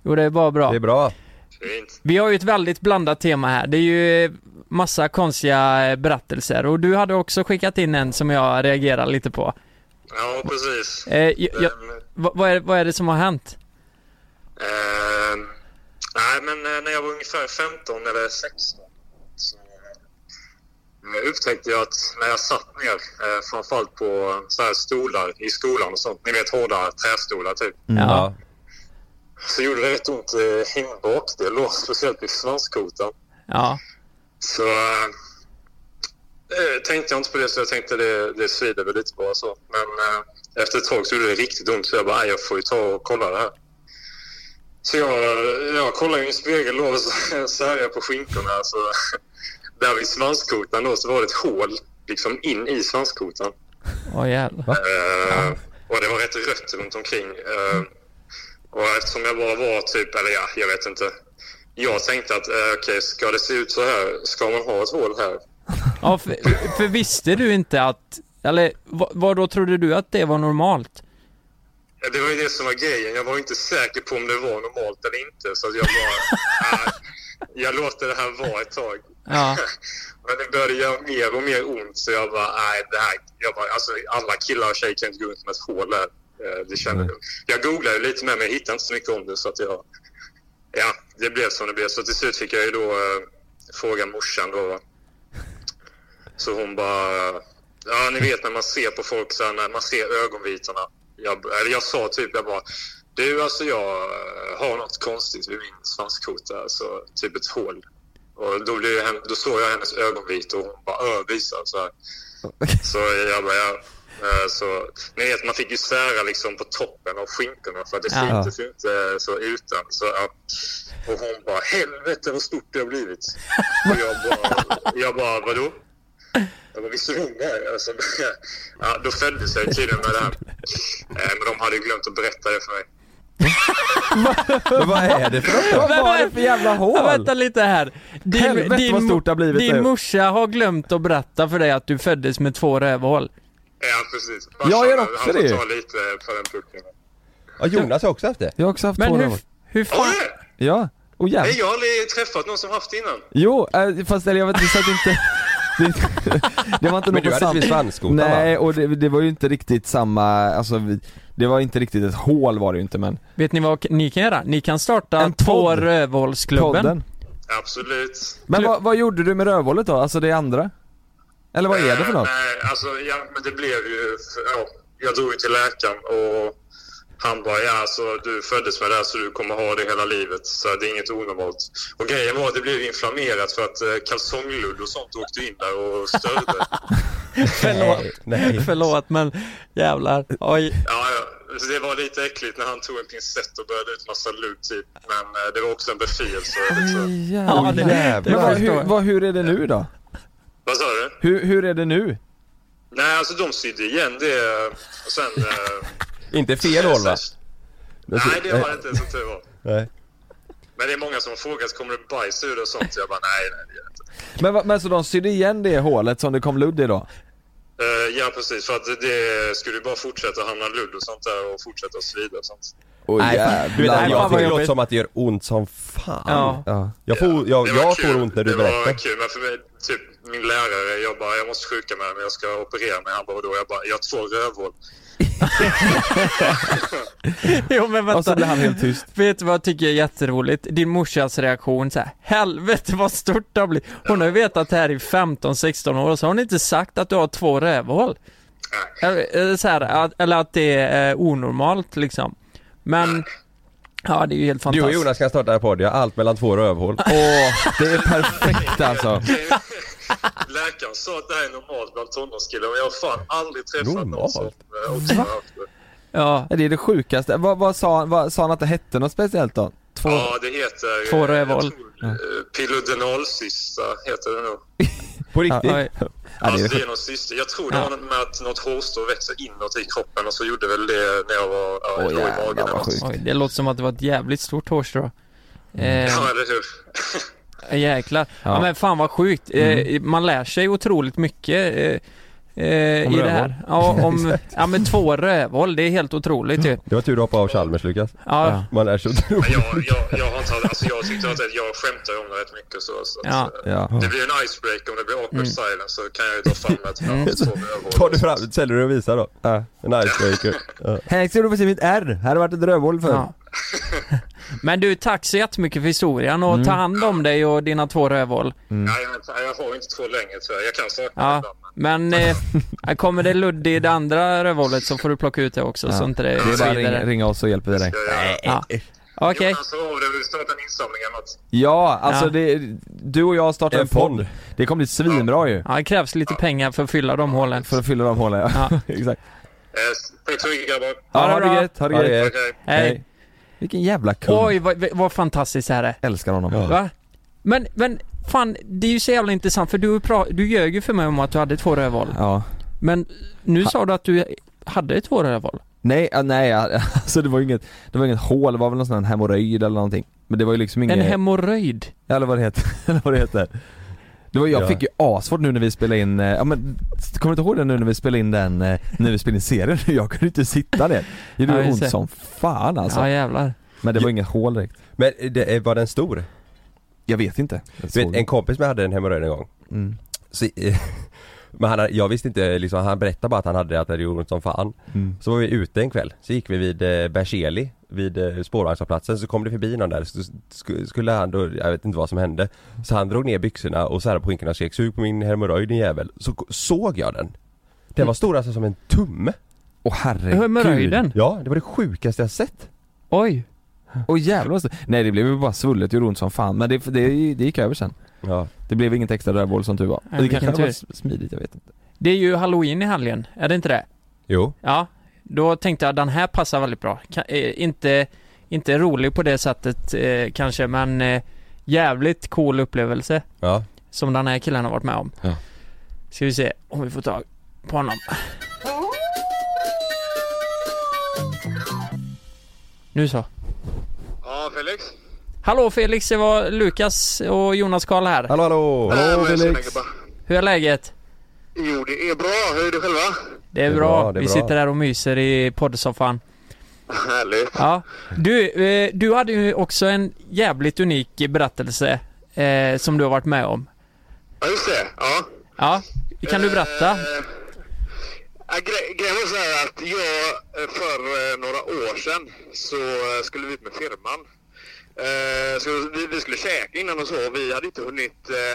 Speaker 2: Jo det är bara bra.
Speaker 3: Det är bra
Speaker 5: Fint.
Speaker 2: Vi har ju ett väldigt blandat tema här. Det är ju eh, massa konstiga eh, berättelser och du hade också skickat in en som jag reagerar lite på.
Speaker 5: Ja precis.
Speaker 2: Eh, jag, jag,
Speaker 5: Ehm,
Speaker 2: vad, vad, är, vad är det som har hänt?
Speaker 5: ehm, nej men eh, när jag var ungefär 15 eller 16 så eh, upptäckte jag att när jag satt ner, eh, framförallt på så här stolar i skolan och sånt, ni vet hårda trästolar typ,
Speaker 1: Mm,
Speaker 3: Ja,
Speaker 5: så gjorde det rätt ont i min bakdel då, speciellt i svanskotan.
Speaker 2: ja.
Speaker 5: Så eh, eh, tänkte jag inte på det, så jag tänkte det, det svider väl lite bara så. Men eh, efter ett tag så gjorde det riktigt ont, så jag bara, "Nej, jag får ju ta och kolla det här. Så jag, jag kollade i min spegel då, och så, så här är jag på skinkorna. Så, där vid svanskotan då, så var det ett hål liksom in i svanskotan.
Speaker 2: Åh jävlar.
Speaker 5: Eh, och det var rätt rött runt omkring. Eh, och eftersom jag bara var typ, eller ja, jag vet inte. Jag tänkte att eh, okej, ska det se ut så här? Ska man ha ett hål här?
Speaker 2: Ja, för, för visste du inte att, eller vad, vad då trodde du att det var normalt?
Speaker 5: Ja, Det var ju det som var grejen. Jag var ju inte säker på om det var normalt eller inte. Så att jag bara, "Ah, jag låter det här vara ett tag.
Speaker 2: Ja.
Speaker 5: Men det började göra mer och mer ont så jag bara, nej det här, jag bara, alltså alla killar och tjejer kan inte gå runt med ett hål där. Eh, Det känner du. Jag googlade ju lite mer men jag hittade inte så mycket om det så att jag, ja det blev som det blev. Så till slut fick jag ju då eh, fråga morsan då. va. Så hon bara, ja ni vet när man ser på folk så här, när man ser ögonvitorna. Jag, eller jag sa typ, jag bara, du alltså jag eh, har något konstigt vid min svanskota, alltså typ ett hål. Och då, blev henne, då såg jag hennes ögonvit och hon bara "Ö, visa så här. Så jag bara, ja. Eh, Så, ni vet, man fick ju sära liksom på toppen av skinkorna för att det
Speaker 2: Ja.
Speaker 5: syntes ju inte eh, så utan. Så, ja. Och hon bara, helvete vad stort det har blivit. Och jag bara, jag bara vadå? Jag bara, visste du om det här? Alltså, ja, då följdes jag tydligen med det här. Eh, Men de hade ju glömt att berätta det för mig.
Speaker 3: Men vad är det för något
Speaker 1: Vad var det för jävla
Speaker 2: Ja,
Speaker 1: hål?
Speaker 2: vänta lite här. Din,
Speaker 1: Helvete vad
Speaker 2: mo-
Speaker 1: stort det har blivit nu.
Speaker 2: Din morsa har glömt att berätta för dig att du föddes med två rövhål.
Speaker 5: Ja, precis.
Speaker 1: Jag gör
Speaker 5: Farsan,
Speaker 1: också
Speaker 5: han får
Speaker 1: det.
Speaker 5: ta lite på den pucken.
Speaker 3: Ja, Jonas har också haft det
Speaker 1: Jag har också haft
Speaker 2: Men
Speaker 1: två
Speaker 2: hur,
Speaker 1: rövhål.
Speaker 2: hur fan...
Speaker 1: Ja. Och
Speaker 5: Nej,
Speaker 1: jävlar.
Speaker 5: jag har aldrig träffat någon som haft det innan.
Speaker 1: Jo, eh, fast eller jag vet inte, så att inte... Det, det var inte
Speaker 3: Men
Speaker 1: något
Speaker 3: du hade
Speaker 1: sam-
Speaker 3: inte svanskotan va?
Speaker 1: Nej, och det, det var ju inte riktigt samma, alltså vi, det var inte riktigt ett hål var det ju inte men
Speaker 2: Vet ni vad ni kan göra? Ni kan starta
Speaker 1: En
Speaker 2: Två
Speaker 1: podd.
Speaker 2: rövhålsklubben.
Speaker 1: podden.
Speaker 5: Absolut.
Speaker 1: Men vad, vad gjorde du med rövhålet då? Alltså det andra? Eller vad är det för
Speaker 5: Eh,
Speaker 1: något?
Speaker 5: Nej, alltså, ja, men det blev ju... Ja, jag drog ju till läkaren och han bara ja, alltså, du föddes med det här så du kommer ha det hela livet. Så det är inget onormalt. Och grejen var att det blev inflammerat för att eh, kalsongludd och sånt åkte in där och störde.
Speaker 2: Förlåt.
Speaker 3: Eh, Nej.
Speaker 2: Förlåt men jävlar. Oj.
Speaker 5: ja, ja, så det var lite äckligt när han tog en pincett och började ut massa lut typ. Men eh, det var också en befrielse. Liksom.
Speaker 2: Ja, det-
Speaker 1: Men
Speaker 3: jävlar.
Speaker 1: vad,
Speaker 2: förstår
Speaker 1: hur,
Speaker 2: jag.
Speaker 1: vad, hur är det nu då?
Speaker 5: Vad sa du?
Speaker 1: Hur, hur är det nu?
Speaker 5: Nej, alltså de sydde igen det. eh, Och sen... eh,
Speaker 3: Inte fel håll va?
Speaker 5: Nej, det var det inte som tur var.
Speaker 3: Nej.
Speaker 5: Men det är många som har frågat kommer det bajs ur det och sånt. Jag bara nej, nej det gör det inte.
Speaker 1: Men, vad- men så de sydde igen det hålet som det kom ludd i då?
Speaker 5: Eh, ja, precis. För att det- det skulle ju bara fortsätta hamna ludd och sånt där och fortsätta att svida och sånt.
Speaker 1: Åh
Speaker 3: Nej, fan. du vet, jag
Speaker 2: Nej, fan,
Speaker 3: tycker
Speaker 2: vad
Speaker 3: det låter
Speaker 2: jobbigt.
Speaker 3: som att det gör ont som fan.
Speaker 2: Ja.
Speaker 1: Ja.
Speaker 3: Jag får, jag,
Speaker 5: Det var
Speaker 3: jag
Speaker 5: kul.
Speaker 3: får ont när du
Speaker 5: det Det var
Speaker 3: berättar.
Speaker 5: kul, men för mig, typ min lärare, jag bara, jag måste sjuka mig, men jag ska operera mig. Han bara, då? Jag bara, jag har två rövhål.
Speaker 2: Jo men
Speaker 1: Och så
Speaker 2: vänta,
Speaker 1: blev han helt tyst.
Speaker 2: vet du vad jag tycker är jätteroligt? Din morsas reaktion såhär, helvete vad stort det har blivit. Hon har ju vetat det här i 15-16 år och så har hon inte sagt att du har två rövhål. Eller, eller eh, så här, att, eller att det är eh, onormalt liksom. Men, ja det är ju helt
Speaker 3: Du och
Speaker 2: fantastiskt.
Speaker 3: Jonas kan starta en podd, jag har allt mellan två rövhål.
Speaker 1: Åh, det är perfekt alltså.
Speaker 5: Läkaren sa att det här är normalt bland tonårskillar, men jag har fan aldrig träffat någon
Speaker 3: Normalt?
Speaker 5: som eh, också har haft det.
Speaker 2: Ja,
Speaker 1: Det är det sjukaste. Vad, vad, sa, han- vad sa han att det hette något speciellt då? Två...
Speaker 5: Ja, det heter... eh,
Speaker 2: Två rövhål.
Speaker 5: jag tror, eh, Pilodinalcysta heter det nog.
Speaker 3: På riktigt.
Speaker 2: oj.
Speaker 1: Ja, det
Speaker 5: alltså
Speaker 1: är
Speaker 5: det
Speaker 1: det
Speaker 5: är någon cysta. Jag tror det har
Speaker 2: Ja.
Speaker 5: något med att något hårstrå växer inåt i kroppen och så gjorde väl det när jag var ja,
Speaker 1: Åh,
Speaker 5: låg i
Speaker 1: jävlar,
Speaker 5: magen.
Speaker 1: vad
Speaker 5: eller något.
Speaker 1: sjukt.
Speaker 2: Oj, det låter som att det var ett jävligt stort hårstrå. Eh,
Speaker 5: Ja, eller hur?
Speaker 2: jäklar. Ja.
Speaker 1: Ja.
Speaker 2: men fan vad sjukt. Eh, Man lär sig otroligt mycket eh, eh,
Speaker 1: Om
Speaker 2: i
Speaker 1: rövhål.
Speaker 2: det här. Ja, om, ja men två rövhål, det är helt otroligt ju.
Speaker 3: Det var tur du hoppade av Chalmers Lukas.
Speaker 2: Ja,
Speaker 3: Man lär sig
Speaker 5: Men
Speaker 3: otroligt.
Speaker 5: jag, jag, jag har inte haft, alltså jag tyckte att jag skämtar om det rätt mycket så. så att,
Speaker 2: Ja.
Speaker 5: eh,
Speaker 1: ja. Mm.
Speaker 5: Det blir en icebreaker om det blir awkward silence så kan jag ju ta fram ett rövhål.
Speaker 3: Tar du fram, säljer du och visar då?
Speaker 1: Ja.
Speaker 3: En icebreaker. Ja.
Speaker 1: Här ser du precis mitt R. Här har varit ett rövhål förr.
Speaker 2: ja. Men du, tack så jättemycket för historien och ta hand om dig och dina två rövhål.
Speaker 5: Nej, jag, jag har inte två längre tyvärr. Jag kan söka
Speaker 2: Ja,
Speaker 5: ibland. men-
Speaker 2: men eh, kommer det ludd i det andra rövhålet så får du plocka ut det också så inte det,
Speaker 1: Det är bara att
Speaker 2: svider.
Speaker 1: ringa, ringa oss och hjälpa dig.
Speaker 5: Ja, ja.
Speaker 2: Ja. Okej,
Speaker 5: Jonas, hör av dig. Vill du starta en insamling eller något?
Speaker 1: Ja, alltså
Speaker 2: Ja.
Speaker 1: Det, du och jag startar en
Speaker 3: En podd.
Speaker 1: podd. Det kommer bli svinbra ju.
Speaker 2: ja, det krävs lite pengar för att fylla de hålen.
Speaker 1: För att fylla de hålen ja.
Speaker 2: Ja.
Speaker 1: Exakt.
Speaker 5: Eh, Tack så mycket grabbar.
Speaker 1: Ja,
Speaker 2: det
Speaker 1: ha det
Speaker 2: bra.
Speaker 1: gött, ha
Speaker 3: Ja,
Speaker 1: det
Speaker 3: det
Speaker 1: gött.
Speaker 3: är-
Speaker 5: Okej.
Speaker 2: Hej.
Speaker 1: Vilken jävla kung.
Speaker 2: Eh, Oj, vad, vad fantastiskt det här är.
Speaker 1: Älskar honom. Ja.
Speaker 2: Va? Men, men fan, det är ju så jävla intressant för du, pra- du ljög ju för mig om att du hade två rövhål. Men nu sa du att du hade två rövhål.
Speaker 1: Nej, ah, nej alltså det var ju inget, det var inget hål, det var väl någon sån här hemorrojd eller någonting. Men det var ju liksom inget...
Speaker 2: En hemorrojd.
Speaker 1: Eller vad det heter, eller vad det heter. Det var, jag
Speaker 3: Ja.
Speaker 1: fick ju asvårt nu när vi spelade in, eh, ja men kommer du inte ihåg det nu när vi spelade in den, eh, när vi spelade in serien? Jag kunde inte sitta ner. Det gjorde
Speaker 2: Ja, just
Speaker 1: ont
Speaker 2: det.
Speaker 1: som fan alltså.
Speaker 2: Ja jävlar.
Speaker 1: Men det var inget hål direkt.
Speaker 3: Men det, är- var den stor?
Speaker 1: Jag vet inte.
Speaker 3: Du
Speaker 1: Jag såg
Speaker 3: vet, en kompis med hade en hemorrojd en gång.
Speaker 1: Mm.
Speaker 3: Så, eh, men han, hade- jag visste inte liksom, han berättade bara att han hade det, att det gjorde ont som fan.
Speaker 1: Mm.
Speaker 3: Så var vi ute en kväll, så gick vi vid eh, Berzelii, vid eh, spårvagnshållplatsen, så kom det förbi någon där, så sk- skulle han då, jag vet inte vad som hände. Så han drog ner byxorna och så här på skinkorna och skrek 'Sug på min hemorrojd din jävel' Så k- såg jag den. Den var stor alltså som en tumme.
Speaker 1: Åh herregud.
Speaker 2: Hemorrojden.
Speaker 3: Ja, det var det sjukaste jag sett.
Speaker 2: Oj.
Speaker 1: Åh jävlar vad- Nej det blev ju bara svullet, det gjorde ont som fan. Men det, det, det gick över sen.
Speaker 3: Ja.
Speaker 1: Det blev inget extra rövhål som tur var.
Speaker 2: Ja,
Speaker 1: det
Speaker 2: vilken
Speaker 1: kanske hade varit
Speaker 2: tur.
Speaker 1: smidigt, jag vet inte.
Speaker 2: Det är ju halloween i helgen, är det inte det?
Speaker 3: Jo.
Speaker 2: Ja. Då tänkte jag den här passar väldigt bra. Ka- eh, inte, inte rolig på det sättet eh, kanske men eh, jävligt cool upplevelse.
Speaker 3: Ja.
Speaker 2: Som den här killen har varit med om.
Speaker 3: Ja.
Speaker 2: Ska vi se om vi får tag på honom. Nu så.
Speaker 5: Ja, Felix?
Speaker 2: Hallå Felix, det var Lukas och Jonas Karl här.
Speaker 3: Hallå hallå!
Speaker 5: Nej, men jag ska
Speaker 1: Felix.
Speaker 5: tänka bara.
Speaker 2: Hur är läget?
Speaker 5: Eh, Jo, det är bra. Hur är det själva?
Speaker 2: Det är,
Speaker 3: är
Speaker 2: bra.
Speaker 3: bra, det är
Speaker 2: vi
Speaker 3: bra.
Speaker 2: sitter här och myser i poddsoffan.
Speaker 5: Härligt.
Speaker 2: Ja. Du, eh, du hade ju också en jävligt unik berättelse eh, som du har varit med om.
Speaker 5: Ja, just det. Ja.
Speaker 2: Ja, kan du berätta?
Speaker 5: Eh, ja, gre- grejen var så här att jag eh, för eh, några år sedan så eh, skulle vi ut med firman. Eh, så vi, vi skulle käka innan och så. Vi hade inte hunnit eh,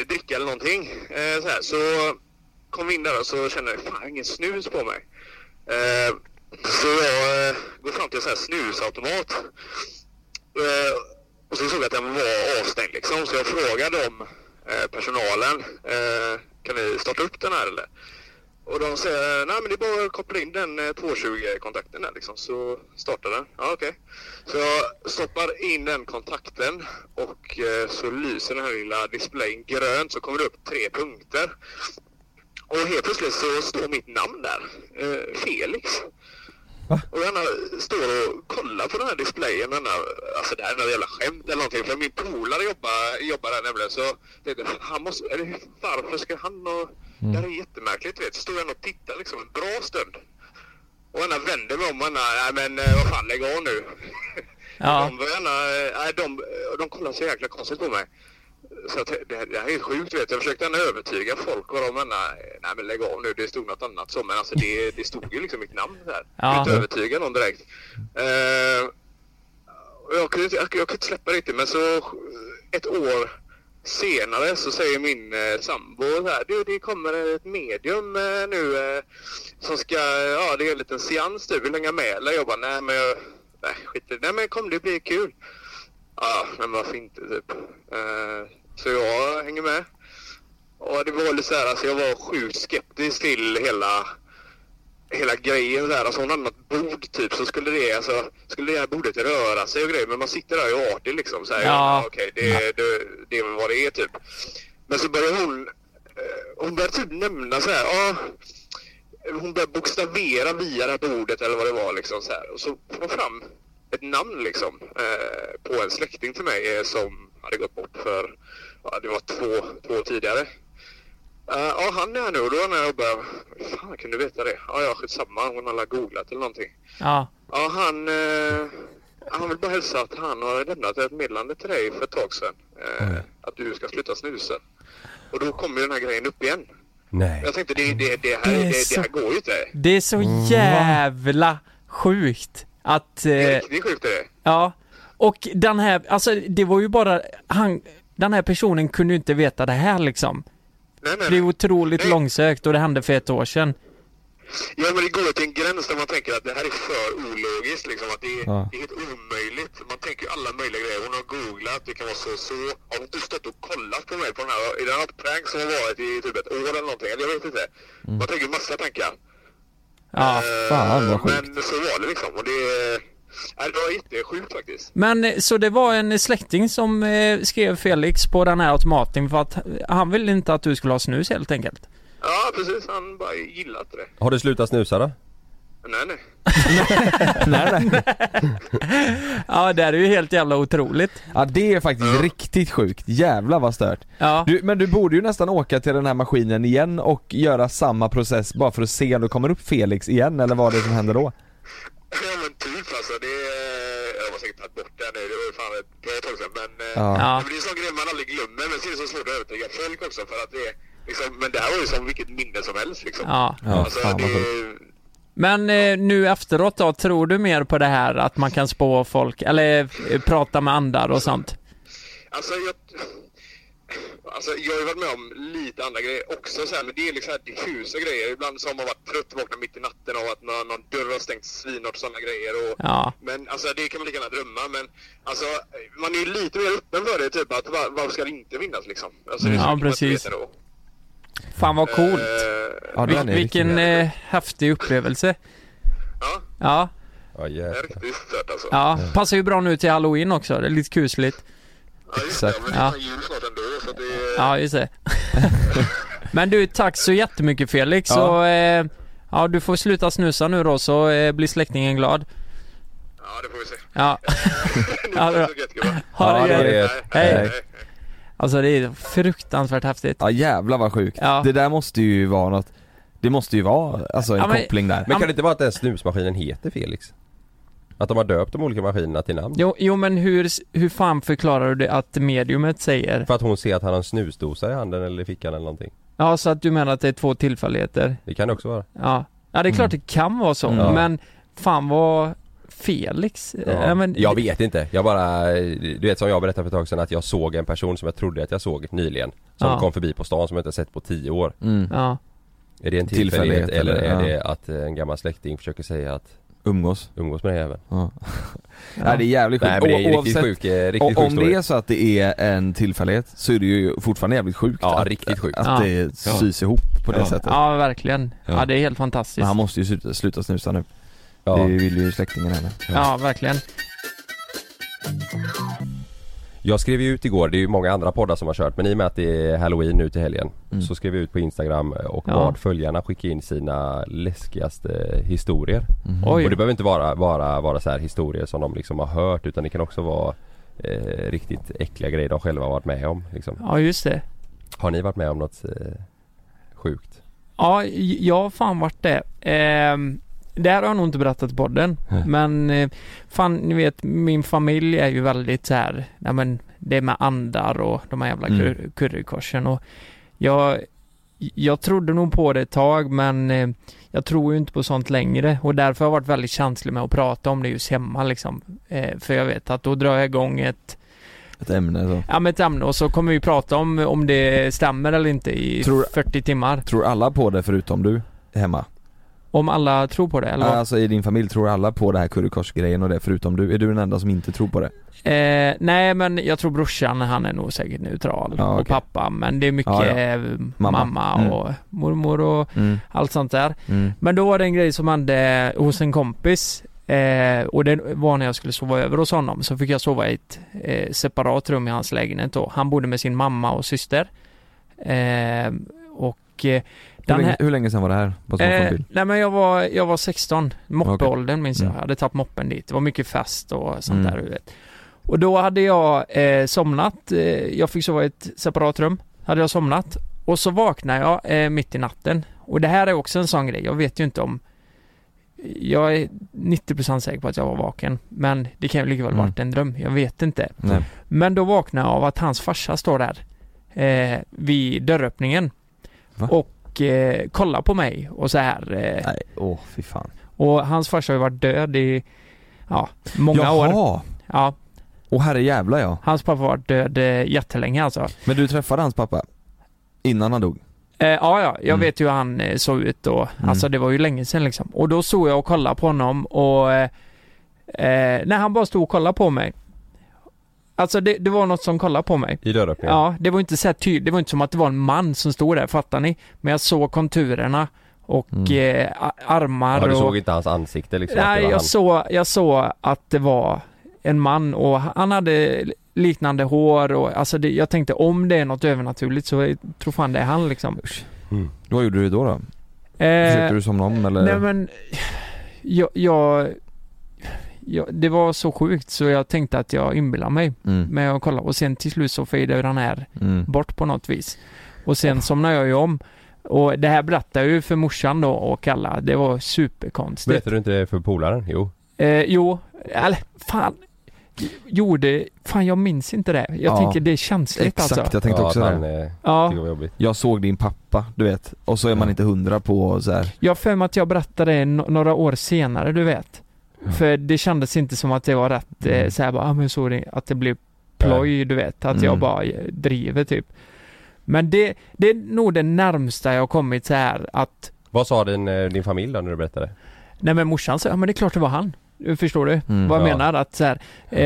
Speaker 5: eh, dricka eller någonting. Eh, så, här. så kom vi in där och så kände jag fan ingen snus på mig. Eh, så jag eh, går fram till en sån här snusautomat. Eh, och så såg jag att den var avstängd liksom, så jag frågade om eh, personalen, eh, kan ni starta upp den här eller? Och de säger nej men det är bara att koppla in den eh, 220-kontakten där liksom så startar den. Ja okej. Så jag stoppar in den kontakten och eh, så lyser den här lilla displayen grönt så kommer det upp tre punkter. Och helt plötsligt så står mitt namn där. Eh, Felix. Och jag menar, står och kollar på den här displayen. Den här, alltså det här är något jävla skämt eller någonting. För min polare jobbar, jobbar där nämligen. Så tänkte jag, han måste, eller hur- varför ska han och... Det här är jättemärkligt vet. Står jag och tittar liksom en bra stund. Och han vänder mig om och han nej men eh, vad fan lägg av nu.
Speaker 2: Ja.
Speaker 5: De, var gärna, eh, nej, de, eh, de kollar så jäkla konstigt på mig. Så att det, här- det här är sjukt vet. Jag försökte gärna övertyga folk och de menar, nej men lägg av nu, det stod något annat så. Men alltså det, det stod ju liksom mitt namn
Speaker 2: Ja.
Speaker 5: där. Jag kunde inte övertyga någon direkt. Eh, och jag, kunde, inte- jag, jag kunde inte släppa det riktigt men så eh, ett år senare så säger min eh, sambo så här, du det kommer ett medium eh, nu eh, som ska, ja det är en liten seans du vill hänga med eller? Jag bara, nej men jag, nej skit i det. nej men kom det blir kul. Ja, men varför inte typ. Eh, så jag hänger med. Och det var lite så här, alltså jag var sjukt skeptisk till hela, hela grejen där. Alltså hon hade något bord typ så skulle det, alltså, skulle det här bordet röra sig och grejer. Men man sitter där och är artig liksom. Så här,
Speaker 2: Ja.
Speaker 5: ja. Okej, det, det, det är väl vad det är typ. Men så började hon, eh, hon började typ nämna så här, ja. hon började bokstavera via det här bordet eller vad det var liksom så här. Och så får hon fram ett namn liksom eh, på en släkting till mig eh, som hade gått bort för, ja det var två, två år tidigare. Eh, Ja, han är här nu och då när jag bara, "Hur fan kunde du veta det? Ja, ja, skitsamma, hon har alla googlat eller någonting.
Speaker 2: Ja.
Speaker 5: Ja, han, eh, han vill bara hälsa att han har lämnat ett meddelande till dig för ett tag sedan. Eh,
Speaker 2: Mm.
Speaker 5: Att du ska sluta snusa. Och då kommer ju den här grejen upp igen.
Speaker 3: Nej.
Speaker 5: Jag tänkte, det, det, det, här,
Speaker 2: Det är
Speaker 5: det, det här
Speaker 2: så-
Speaker 5: går ju inte.
Speaker 2: Det är så jävla sjukt att...
Speaker 5: Det är
Speaker 2: Eh,
Speaker 5: riktigt sjukt det.
Speaker 2: ja. Och den här, alltså det var ju bara han... Den här personen kunde ju inte veta det här liksom.
Speaker 5: Nej, nej,
Speaker 2: Det är
Speaker 5: nej.
Speaker 2: otroligt långsökt och det hände för ett år sedan.
Speaker 5: Ja, men det går till en gräns där man tänker att det här är för ologiskt. Liksom, att det, är,
Speaker 1: Ja.
Speaker 5: det är helt omöjligt. Man tänker ju alla möjliga grejer. Hon har googlat, det kan vara så så. Har hon inte stått och kollat på mig på den här? Är det något prank som har varit i typ ett år eller någonting? Eller Jag vet inte. Man tänker massa tankar.
Speaker 2: Ja.
Speaker 5: Eh,
Speaker 1: fan, vad sjukt.
Speaker 5: Men så var det liksom. Och det, nej, det var jättesjukt faktiskt.
Speaker 2: Men eh, så det var en släkting som eh, skrev Felix på den här automaten för att han ville inte att du skulle ha snus helt enkelt.
Speaker 5: Ja, precis. Han bara gillade inte det.
Speaker 3: Har du slutat snusa då?
Speaker 5: Nej, nej.
Speaker 2: Ja, det här är ju helt jävla otroligt.
Speaker 1: Ja det är faktiskt riktigt sjukt, jävlar vad stört.
Speaker 2: Ja.
Speaker 1: Du, men du borde ju nästan åka till den här maskinen igen och göra samma process bara för att se om det kommer upp Felix igen eller vad det är som händer då.
Speaker 5: Ja, men typ alltså. Det, jag var säkert tagit bort det nu. Det var ju fan ett bra tag sedan. Men, eh,
Speaker 1: Ja.
Speaker 2: Ja.
Speaker 5: men det är en sån grej man aldrig glömmer. Men sen är det så svårt att övertyga folk också. För att det, är liksom, men det här var ju som vilket minne som helst liksom.
Speaker 2: Ja.
Speaker 1: Ja,
Speaker 5: alltså,
Speaker 1: fan,
Speaker 5: det,
Speaker 1: vad
Speaker 2: Men eh, nu efteråt då, tror du mer på det här att man kan spå folk, eller eh, prata med andar och sånt?
Speaker 5: alltså, jag, alltså, jag har ju varit med om lite andra grejer också. Så här, men det är liksom här diffusa grejer. Ibland så har man varit trött, vaknat mitt i natten av att någon, någon dörr har stängt svinhårt och sådana grejer. Och,
Speaker 2: Ja.
Speaker 5: Men alltså det kan man lika gärna drömma men alltså man är ju lite mer öppen för det typ att var, varför ska det inte vinnas liksom? Alltså, det är så
Speaker 2: Ja,
Speaker 5: mycket man inte
Speaker 2: precis.
Speaker 5: vet ändå.
Speaker 2: Fan vad coolt.
Speaker 5: Eh,
Speaker 1: Ja,
Speaker 2: Vil-
Speaker 1: den är
Speaker 2: vilken
Speaker 1: riktigt-
Speaker 2: eh, häftig upplevelse.
Speaker 5: ja,
Speaker 2: Ja,
Speaker 3: Ja
Speaker 5: det är
Speaker 3: jävlar.
Speaker 5: riktigt stört alltså.
Speaker 2: ja. Passar ju bra nu till halloween också, det är lite kusligt.
Speaker 5: ja just
Speaker 1: exakt.
Speaker 5: Det, men det är fan jul snart ändå så att det...
Speaker 2: Ja, just det. Men du, tack så jättemycket Felix
Speaker 1: Ja.
Speaker 2: och eh, ja, du får sluta snusa nu då så eh, blir släktingen glad.
Speaker 5: ja det får vi se.
Speaker 2: Ja, Ja, det är bra. ha
Speaker 1: Ja,
Speaker 2: det,
Speaker 1: det är
Speaker 2: gött.
Speaker 1: det.
Speaker 2: Hej.
Speaker 5: Hej.
Speaker 2: Alltså det är fruktansvärt häftigt.
Speaker 1: Ja jävlar vad sjukt.
Speaker 2: Ja.
Speaker 1: Det där måste ju vara något, det måste ju vara alltså en
Speaker 2: Ja, men-
Speaker 1: koppling där.
Speaker 3: Men kan det inte vara att den snusmaskinen heter Felix? Att de har döpt de olika maskinerna till namn?
Speaker 2: Jo, jo men hur, hur fan förklarar du det att mediumet säger?
Speaker 3: För att hon ser att han har en snusdosa i handen eller i fickan eller någonting.
Speaker 2: Ja, så att du menar att det är två tillfälligheter?
Speaker 3: Det kan det också vara.
Speaker 2: Ja, ja det är klart det kan vara så,
Speaker 1: Mm.
Speaker 2: men fan vad Felix? eh, Ja. men,
Speaker 3: Jag vet inte. Jag bara, du vet som jag berättade för ett tag sedan att jag såg en person som jag trodde att jag såg nyligen. Som
Speaker 2: Ja.
Speaker 3: kom förbi på stan som jag inte sett på tio år.
Speaker 1: Mm.
Speaker 2: Ja,
Speaker 3: Är det en
Speaker 1: Tillfällighet
Speaker 3: tillfällighet, eller
Speaker 1: eller-
Speaker 3: är
Speaker 1: ja.
Speaker 3: det att en gammal släkting försöker säga att
Speaker 1: umgås.
Speaker 3: umgås med den jäveln.
Speaker 1: Nej det är jävligt sjukt.
Speaker 3: Nej men det är ju riktigt
Speaker 1: Oavsett-
Speaker 3: sjuk, eh, riktigt
Speaker 1: Och
Speaker 3: sjuk
Speaker 1: om det
Speaker 3: story.
Speaker 1: är så att det är en tillfällighet så är det ju fortfarande jävligt sjukt
Speaker 3: Ja,
Speaker 1: att,
Speaker 3: riktigt sjukt.
Speaker 1: att
Speaker 2: Ja.
Speaker 1: det sys ihop på det
Speaker 3: Ja.
Speaker 1: sättet.
Speaker 2: Ja, verkligen. Ja,
Speaker 3: Ja.
Speaker 2: det är helt fantastiskt.
Speaker 1: Men han måste ju sluta, sluta snusa nu.
Speaker 3: Ja.
Speaker 1: Det vill ju släktingen heller.
Speaker 2: Ja, verkligen.
Speaker 3: Jag skrev ju ut igår, det är ju många andra poddar som har kört men i och med att det är halloween nu till helgen
Speaker 1: Mm.
Speaker 3: Så skrev jag ut på instagram eh, och
Speaker 2: Ja.
Speaker 3: bad följarna skicka in sina läskigaste eh, historier
Speaker 2: Oj.
Speaker 3: Och det behöver inte vara, vara, vara så här historier som de liksom har hört utan det kan också vara eh, Riktigt äckliga grejer de själva har varit med om liksom.
Speaker 2: Ja, just det.
Speaker 3: Har ni varit med om något eh, sjukt?
Speaker 2: Ja, j- jag har fan varit det. Ehm, det här har jag nog inte berättat i podden.
Speaker 3: Nej.
Speaker 2: Men eh, fan, ni vet, min familj är ju väldigt så här, nej men det är med andar och de här jävla
Speaker 1: Mm.
Speaker 2: kur- currykorsen och jag, jag trodde nog på det ett tag men eh, jag tror ju inte på sånt längre och därför har jag varit väldigt känslig med att prata om det just hemma liksom. Eh, för jag vet att då drar jag igång ett,
Speaker 1: Ett ämne så.
Speaker 2: ja, men ett ämne och så kommer vi prata om, om det stämmer eller inte i
Speaker 1: Tror-
Speaker 2: 40 timmar.
Speaker 1: Tror alla på det förutom du? Hemma?
Speaker 2: Om alla tror på det eller? vad?
Speaker 1: Alltså i din familj, tror alla på det här currykorsgrejen och det förutom du? Är du den enda som inte tror på det?
Speaker 2: Eh, nej men jag tror brorsan han är nog säkert neutral
Speaker 1: Ja,
Speaker 2: och
Speaker 1: okej.
Speaker 2: pappa men det är mycket
Speaker 1: Ja, ja.
Speaker 2: eh, mamma,
Speaker 1: Mamma. Mm.
Speaker 2: och mormor och
Speaker 1: Mm.
Speaker 2: allt sånt där.
Speaker 1: Mm.
Speaker 2: Men då var det en grej som hände hos en kompis eh, och det var när jag skulle sova över hos honom så fick jag sova i ett eh, separat rum i hans lägenhet då. Han bodde med sin mamma och syster. Eh, och eh,
Speaker 1: Hur,
Speaker 2: den
Speaker 1: länge,
Speaker 2: här-
Speaker 1: hur länge sedan var det här? Bara så man får en
Speaker 2: Eh,
Speaker 1: bild.
Speaker 2: nej men jag var, jag var 16, moppeåldern minns jag.
Speaker 1: Mm.
Speaker 2: Jag hade tagit moppen dit. Det var mycket fest och sånt
Speaker 1: Mm.
Speaker 2: där du vet. Och då hade jag eh, somnat. Eh, jag fick sova i ett separat rum. Hade jag somnat. Och så vaknade jag eh, mitt i natten. Och det här är också en sån grej. Jag vet ju inte om... Jag är 90% säker på att jag var vaken. Men det kan ju lika väl
Speaker 1: Mm.
Speaker 2: varit en dröm. Jag vet inte.
Speaker 1: Nej.
Speaker 2: Men då vaknade jag av att hans farsa står där eh, vid dörröppningen.
Speaker 1: Va?
Speaker 2: Och eh, kollar på mig och så här. Eh,
Speaker 1: Nej, åh fy fan.
Speaker 2: och hans farsa har ju varit död i ja, många år.
Speaker 1: Jaha!
Speaker 2: Ja,
Speaker 1: Åh herrejävlar ja.
Speaker 2: hans pappa har varit död eh, jättelänge alltså.
Speaker 1: Men du träffade hans pappa? Innan han dog?
Speaker 2: Eh, ja, ja, jag
Speaker 1: Mm.
Speaker 2: vet ju hur han eh, såg ut då.
Speaker 1: Mm.
Speaker 2: Alltså det var ju länge sedan liksom. Och då såg jag och kollade på honom och eh, eh, när han bara stod och kollade på mig. Alltså det, det var något som kollade på mig.
Speaker 3: I dörröppningen?
Speaker 2: Ja, det var inte så här tydligt, det var inte som att det var en man som stod där, fattar ni? Men jag såg konturerna och
Speaker 1: Mm.
Speaker 2: eh, a- armar
Speaker 3: Ja, du
Speaker 2: och...
Speaker 3: såg inte hans ansikte liksom? att det
Speaker 2: Nej,
Speaker 3: var
Speaker 2: jag
Speaker 3: han.
Speaker 2: såg, jag såg att det var en man och han hade liknande hår och alltså det, jag tänkte om det är något övernaturligt så jag tror fan det är han liksom.
Speaker 1: Vad gjorde du då då?
Speaker 2: Eh,
Speaker 1: Försökte du somna om eller?
Speaker 2: nej men, jag, jag, jag, det var så sjukt så jag tänkte att jag inbillar mig
Speaker 1: Mm.
Speaker 2: med att kolla och sen till slut så fejdade den här
Speaker 1: Mm.
Speaker 2: bort på något vis. Och sen somnade jag ju om. Och det här berättade jag ju för morsan då och alla. Det var superkonstigt.
Speaker 3: Berättade du inte det för polaren? Jo.
Speaker 2: Eh, jo, eller fan. Jo, det, fan jag minns inte det. Jag
Speaker 1: Ja.
Speaker 2: tänker det är känsligt
Speaker 1: Exakt,
Speaker 2: alltså.
Speaker 1: jag tänkte
Speaker 3: ja,
Speaker 1: också
Speaker 3: att
Speaker 1: det.
Speaker 3: han, eh,
Speaker 2: Ja,
Speaker 3: tyckte det var jobbigt.
Speaker 1: Jag såg din pappa, du vet. Och så är man
Speaker 3: Ja.
Speaker 1: inte hundra på så här.
Speaker 2: jag har för mig att jag berättade det no- några år senare, du vet. För det kändes inte som att det var rätt, eh,
Speaker 1: Mm.
Speaker 2: så här bara, ah, men så det, att det blev ploj, du vet. Att jag
Speaker 1: Mm.
Speaker 2: bara eh, driver typ. Men det, det är nog det närmsta jag har kommit så här att
Speaker 3: Vad sa din, eh, din familj då när du berättade?
Speaker 2: Nej men morsan sa, ja men det är klart det var han. Eh, Förstår du
Speaker 1: Mm,
Speaker 2: vad jag
Speaker 3: ja.
Speaker 2: menar? Att så här, eh,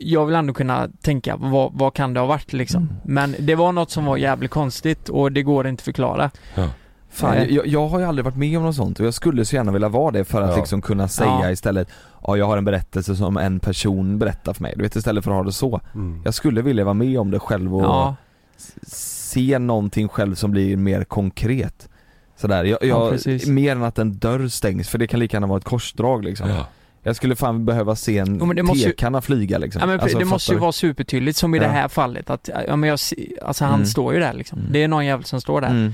Speaker 2: jag vill ändå kunna tänka, vad, vad kan det ha varit liksom?
Speaker 1: Mm.
Speaker 2: Men det var något som var jävligt konstigt och det går inte förklara.
Speaker 1: Fan,
Speaker 2: Nej.
Speaker 1: jag, jag har ju aldrig varit med om något sånt och jag skulle så gärna vilja vara det för att
Speaker 3: Ja.
Speaker 1: liksom kunna säga
Speaker 2: Ja.
Speaker 1: istället Ja jag har en berättelse som en person berättar för mig, du vet istället för att ha det så Jag skulle vilja vara med om det själv och
Speaker 2: Ja,
Speaker 1: se någonting själv som blir mer konkret Sådär, jag,
Speaker 2: Ja,
Speaker 1: jag,
Speaker 2: precis.
Speaker 1: mer än att en dörr stängs för det kan lika gärna vara ett korsdrag liksom
Speaker 3: Ja.
Speaker 1: Jag skulle fan behöva se en
Speaker 2: Jo, men det måste ju-
Speaker 1: tekanna flyga liksom
Speaker 2: ja men
Speaker 1: Alltså,
Speaker 2: det
Speaker 1: fattar
Speaker 2: måste ju
Speaker 1: du?
Speaker 2: vara supertydligt som i det
Speaker 1: Ja.
Speaker 2: här fallet att, ja men jag se- alltså han
Speaker 1: Mm.
Speaker 2: står ju där liksom.
Speaker 1: Mm.
Speaker 2: Det är någon jävel som står där.
Speaker 1: mm.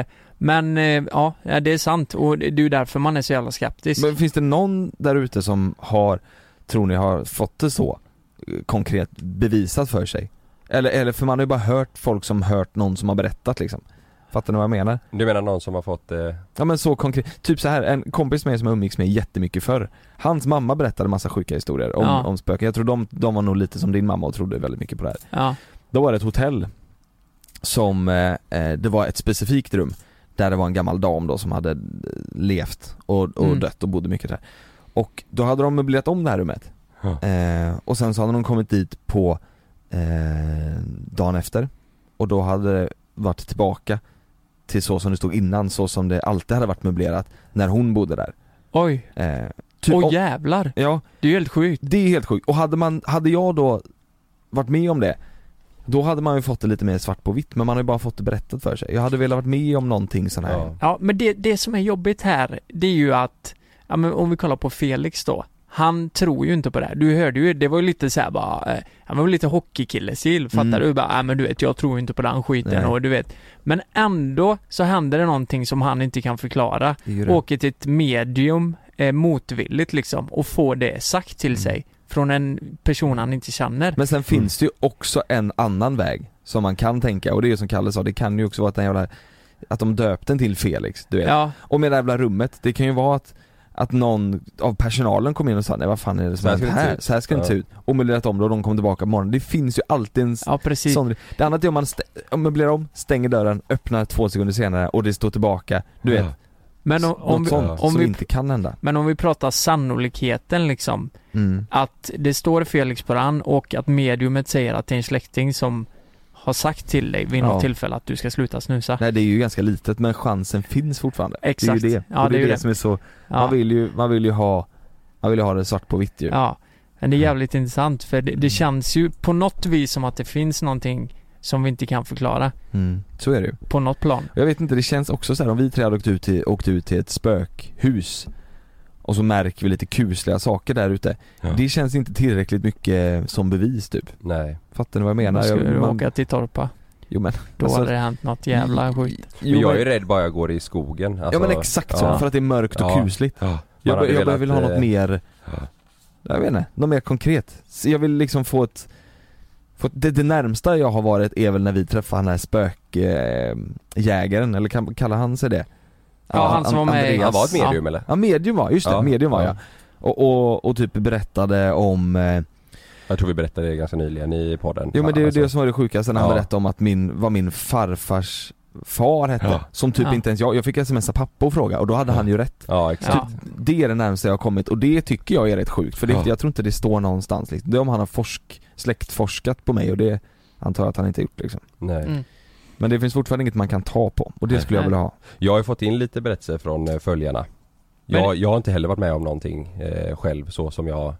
Speaker 2: Eh, men eh, ja, ja, det är sant och det det är ju därför man är så jävla skeptisk.
Speaker 1: Men finns det någon där ute som har, tror ni har fått det så eh, konkret bevisat för sig? Eller, eller för man har ju bara hört folk som hört någon som har berättat liksom Fattar ni vad jag menar?
Speaker 3: Du menar någon som har fått... Eh,
Speaker 1: Ja men så konkret, typ så här en kompis med mig som jag umgicks med jättemycket förr Hans mamma berättade massa sjuka historier om,
Speaker 2: Ja.
Speaker 1: om spöken, jag tror de, de var nog lite som din mamma och trodde väldigt mycket på det här
Speaker 2: ja.
Speaker 1: Då var det ett hotell som, eh, eh, det var ett specifikt rum där det var en gammal dam då som hade eh, levt och, och
Speaker 2: Mm.
Speaker 1: dött och bodde mycket där. Och då hade de möblerat om det här rummet.
Speaker 3: Ja.
Speaker 1: Eh, och sen så hade de kommit dit på eh, dagen efter. Och då hade det varit tillbaka till så som det stod innan, så som det alltid hade varit möblerat när hon bodde där.
Speaker 2: Oj,
Speaker 1: Eh, typ
Speaker 2: åh
Speaker 1: om-
Speaker 2: jävlar.
Speaker 1: Ja,
Speaker 2: Det är ju helt sjukt.
Speaker 1: det är helt sjukt. Och hade, man, hade jag då varit med om det, då hade man ju fått det lite mer svart på vitt men man har ju bara fått det berättat för sig. Jag hade velat varit med om någonting sån här.
Speaker 3: Ja.
Speaker 2: Ja, men det, det som är jobbigt här, det är ju att, ja men om vi kollar på Felix då. Han tror ju inte på det här. Du hörde ju, det var ju lite såhär bara, eh, han var ju lite hockeykillestil, fattar
Speaker 1: Mm.
Speaker 2: du? Bara, ja men du vet, jag tror ju inte på den skiten
Speaker 1: Nej.
Speaker 2: och du vet. Men ändå så händer det någonting som han inte kan förklara.
Speaker 1: Det är ju det.
Speaker 2: Åker till ett medium, eh, motvilligt liksom, och får det sagt till sig. Från en person han inte känner.
Speaker 1: Mm. Men sen
Speaker 3: Mm.
Speaker 1: finns det ju också en annan väg som man kan tänka och det är ju som Kalle sa, det kan ju också vara att den jävla att de döpte den till Felix, du vet.
Speaker 2: ja,
Speaker 1: Och med det jävla rummet, det kan ju vara att att någon av personalen kom in och sa nej vad fan är det som
Speaker 3: Så här
Speaker 1: har
Speaker 3: ska
Speaker 1: hänt
Speaker 3: det inte
Speaker 1: här?
Speaker 3: se ut."
Speaker 1: Så här ska det inte
Speaker 3: Ja.
Speaker 1: se ut. Och möblerat om det och de kom tillbaka på morgonen. Det finns ju alltid en
Speaker 2: ja precis.
Speaker 1: Sån, det annat är om man, st- om man blir om, stänger dörren, öppnar två sekunder senare och det står tillbaka. Du vet,
Speaker 2: men om,
Speaker 1: något
Speaker 2: om, vi,
Speaker 1: sånt
Speaker 2: om
Speaker 1: som
Speaker 2: vi
Speaker 1: inte kan hända.
Speaker 2: Men om vi pratar sannolikheten liksom,
Speaker 1: Mm.
Speaker 2: att det står Felix på den och att mediumet säger att det är en släkting som har sagt till dig vid något
Speaker 1: Ja.
Speaker 2: tillfälle att du ska sluta snusa.
Speaker 1: Nej det är ju ganska litet men chansen finns fortfarande.
Speaker 2: Exakt.
Speaker 1: Det är ju det.
Speaker 2: Ja,
Speaker 1: och det,
Speaker 2: det är
Speaker 1: är
Speaker 2: ju
Speaker 1: det
Speaker 2: det.
Speaker 1: som är så, man,
Speaker 2: Ja,
Speaker 1: vill ju, man vill ju ha, man vill ju ha det svart på vitt ju.
Speaker 2: ja. Men
Speaker 1: Mm.
Speaker 2: det är jävligt intressant för det, det känns ju på något vis som att det finns någonting som vi inte kan förklara
Speaker 1: Mm. Så är det ju.
Speaker 2: på något plan.
Speaker 1: Och Jag vet inte, det känns också så här om vi tre hade åkt ut till, åkt ut till ett spökhus och så märker vi lite kusliga saker där ute.
Speaker 3: Ja.
Speaker 1: Det känns inte tillräckligt mycket som bevis typ.
Speaker 3: Nej.
Speaker 1: Fattar ni vad jag
Speaker 2: Då
Speaker 1: menar?
Speaker 2: skulle du
Speaker 1: jag, man,
Speaker 2: åka till Torpa.
Speaker 1: jo men.
Speaker 2: Då
Speaker 1: alltså-
Speaker 2: hade det hänt något jävla skit.
Speaker 1: Jo,
Speaker 3: Men jag
Speaker 1: men-
Speaker 3: är ju rädd bara jag går i skogen. Alltså,
Speaker 1: ja men exakt så,
Speaker 3: ja.
Speaker 1: för att det är mörkt och
Speaker 3: Ja.
Speaker 1: kusligt.
Speaker 3: Ja. Man
Speaker 1: Jag,
Speaker 3: hade
Speaker 1: be- jag
Speaker 3: velat,
Speaker 1: vill ha något
Speaker 3: eh,
Speaker 1: mer,
Speaker 3: ja.
Speaker 1: jag vet inte, något mer konkret. Så jag vill liksom få ett, få ett det, det närmsta jag har varit är väl när vi träffade den här spökjägaren, eh, jägaren, eller kan, kallar han sig det?
Speaker 2: Ja, han som
Speaker 1: An-
Speaker 2: var med i-
Speaker 1: Andreas.
Speaker 3: Han var ett medium eller?
Speaker 1: Ja medium var, just det,
Speaker 3: Ja,
Speaker 1: medium var
Speaker 3: ja.
Speaker 1: jag. Och, och, och typ berättade om, eh,
Speaker 3: Jag tror vi berättade det ganska nyligen i podden.
Speaker 1: jo men det är ju
Speaker 3: Alltså,
Speaker 1: det som var det sjukaste när han
Speaker 3: Ja.
Speaker 1: berättade om att min, vad min farfars far hette,
Speaker 3: Ja.
Speaker 1: som typ
Speaker 2: Ja.
Speaker 1: inte ens jag, jag fick smsa pappa och fråga och då hade
Speaker 3: Ja.
Speaker 1: han ju rätt.
Speaker 3: Ja exakt.
Speaker 2: Ja.
Speaker 1: typ, Det är det närmaste jag har kommit och det tycker jag är rätt sjukt för det,
Speaker 3: Ja.
Speaker 1: jag tror inte det står någonstans liksom. Det är om han har forsk, släktforskat på mig och det antar jag att han inte gjort liksom.
Speaker 3: Nej.
Speaker 2: Mm.
Speaker 1: Men det finns fortfarande inget man kan ta på och det
Speaker 3: Nej.
Speaker 1: skulle jag vilja ha.
Speaker 3: Jag har ju fått in lite berättelser från eh, följarna.
Speaker 2: Men-
Speaker 3: Jag, jag har inte heller varit med om någonting eh, själv så som jag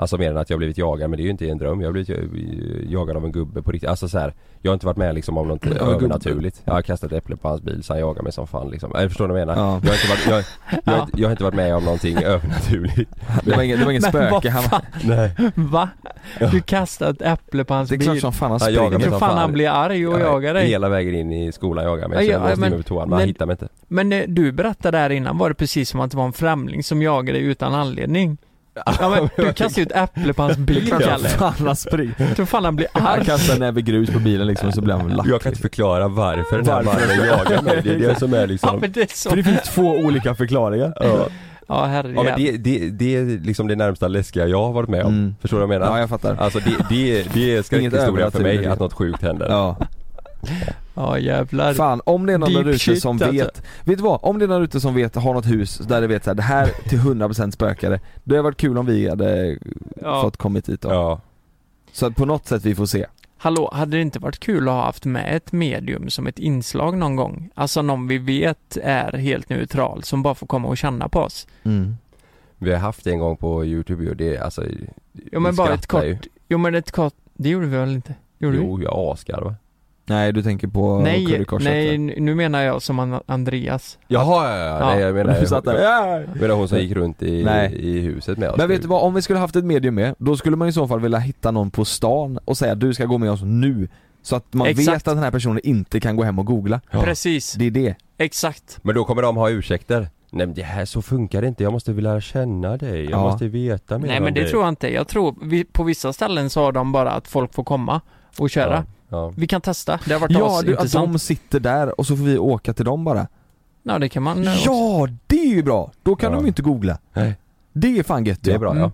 Speaker 3: Alltså mer än att jag blivit jagad men det är ju inte en dröm. Jag har blivit eh, jagad av en gubbe på riktigt. Alltså så här, Jag har inte varit med liksom om något
Speaker 1: gubbe.
Speaker 3: övernaturligt. Jag har kastat äpple på hans bil så han jagar mig som fan liksom. Äh, förstår du vad jag menar?
Speaker 1: Ja.
Speaker 3: Jag, har inte varit, jag, jag, har inte, jag har inte varit med om någonting övernaturligt.
Speaker 1: Det var ingen, det var ingen
Speaker 2: Men vad
Speaker 1: spöke, han,
Speaker 2: fan,
Speaker 3: Nej.
Speaker 2: va?
Speaker 3: Ja.
Speaker 2: Du kastade ett äpple på hans
Speaker 1: det är klart
Speaker 2: bil.
Speaker 1: som fan han
Speaker 3: Han jagar
Speaker 1: springer.
Speaker 3: mig.
Speaker 2: Jag tror
Speaker 3: som
Speaker 2: fan
Speaker 3: fan.
Speaker 2: han blir arg och jagar dig.
Speaker 3: Hela vägen in i skolan jagar mig.
Speaker 2: Ja,
Speaker 3: så jag
Speaker 2: ja,
Speaker 3: måste
Speaker 2: men-
Speaker 3: in över toan men han
Speaker 2: men-
Speaker 3: hittar mig inte.
Speaker 2: Men eh, du berättade här innan var det precis som att det var en främling som jagade dig utan anledning. Ja, men du kastade ju ett äpple på hans bil
Speaker 1: Det är klart
Speaker 2: Kalle.
Speaker 1: som fan han springer.
Speaker 2: Jag tror fan han blir
Speaker 1: Han
Speaker 2: arg.
Speaker 1: kastar en näve grus på bilen liksom och så blir han lack.
Speaker 3: Jag kan inte förklara varför den här
Speaker 1: Varför?
Speaker 3: mannen jagar mig. Det är det som är liksom...
Speaker 2: Ja men det är
Speaker 1: För
Speaker 2: så.
Speaker 1: det finns två olika förklaringar.
Speaker 3: Ja.
Speaker 2: Ja
Speaker 3: Ja men
Speaker 2: herrejävlar.
Speaker 3: det, det, det är liksom det närmsta läskiga jag har varit med om.
Speaker 1: Mm.
Speaker 3: Förstår du vad jag menar?
Speaker 1: Ja jag fattar.
Speaker 3: Alltså det, det, det är skräckhistoria för mig
Speaker 1: övernaturligt.
Speaker 3: att något sjukt händer.
Speaker 1: Ja.
Speaker 2: Ja jävlar.
Speaker 1: Fan, om det är någon
Speaker 2: Deep
Speaker 1: där ute
Speaker 2: shit,
Speaker 1: som
Speaker 2: alltså.
Speaker 1: vet, vet du vad? Om det är någon där ute som vet, har något hus där det vet så här, det här till 100% spökade Det hade varit kul om vi hade
Speaker 2: Ja.
Speaker 1: fått kommit hit då.
Speaker 3: Ja.
Speaker 1: Så att på något sätt vi får se.
Speaker 2: Hallå, hade det inte varit kul att ha haft med ett medium som ett inslag någon gång? Alltså någon vi vet är helt neutral som bara får komma och känna på oss.
Speaker 3: Vi har haft det en gång på youtube ju. Det är alltså...
Speaker 2: Jo men
Speaker 3: vi
Speaker 2: bara ett
Speaker 3: skrattar
Speaker 2: kort.
Speaker 3: ju.
Speaker 2: Jo men ett kort. Det gjorde vi väl inte? Gjorde vi?
Speaker 3: Jo, jag asgar va?
Speaker 1: Nej du tänker på
Speaker 2: Nej,
Speaker 1: currykorset
Speaker 2: nej,
Speaker 1: där.
Speaker 2: nu menar jag som An- Andreas.
Speaker 3: Jaha ja, ja. Nej, jag menar,
Speaker 1: Du satt där.
Speaker 3: jag menar hon som gick runt i,
Speaker 1: Nej.
Speaker 3: i huset med oss.
Speaker 1: Men vet du vad, om vi skulle haft ett medium med, då skulle man i så fall vilja hitta någon på stan och säga du ska gå med oss nu. Så att man
Speaker 2: Exakt.
Speaker 1: vet att den här personen inte kan gå hem och googla.
Speaker 2: Precis,
Speaker 1: Det är det.
Speaker 2: exakt.
Speaker 3: Men då kommer de ha ursäkter. Nej men det här så funkar det inte. Jag måste väl lära känna dig. Jag
Speaker 1: Ja.
Speaker 3: måste veta mer
Speaker 2: Nej
Speaker 3: om
Speaker 2: men det
Speaker 3: dig.
Speaker 2: tror jag inte. Jag tror, vi, på vissa ställen så har de bara att folk får komma och köra.
Speaker 3: Ja.
Speaker 2: Vi kan testa, det har varit
Speaker 1: Ja, du, att
Speaker 2: asintressant.
Speaker 1: de sitter där och så får vi åka till dem bara.
Speaker 2: Ja det kan man. eh, också.
Speaker 1: Ja, det är ju bra! Då kan
Speaker 3: Ja.
Speaker 1: de ju inte googla.
Speaker 3: Nej.
Speaker 1: Det är fan gött
Speaker 3: Det
Speaker 1: ja.
Speaker 3: är bra
Speaker 2: Mm.
Speaker 3: ja.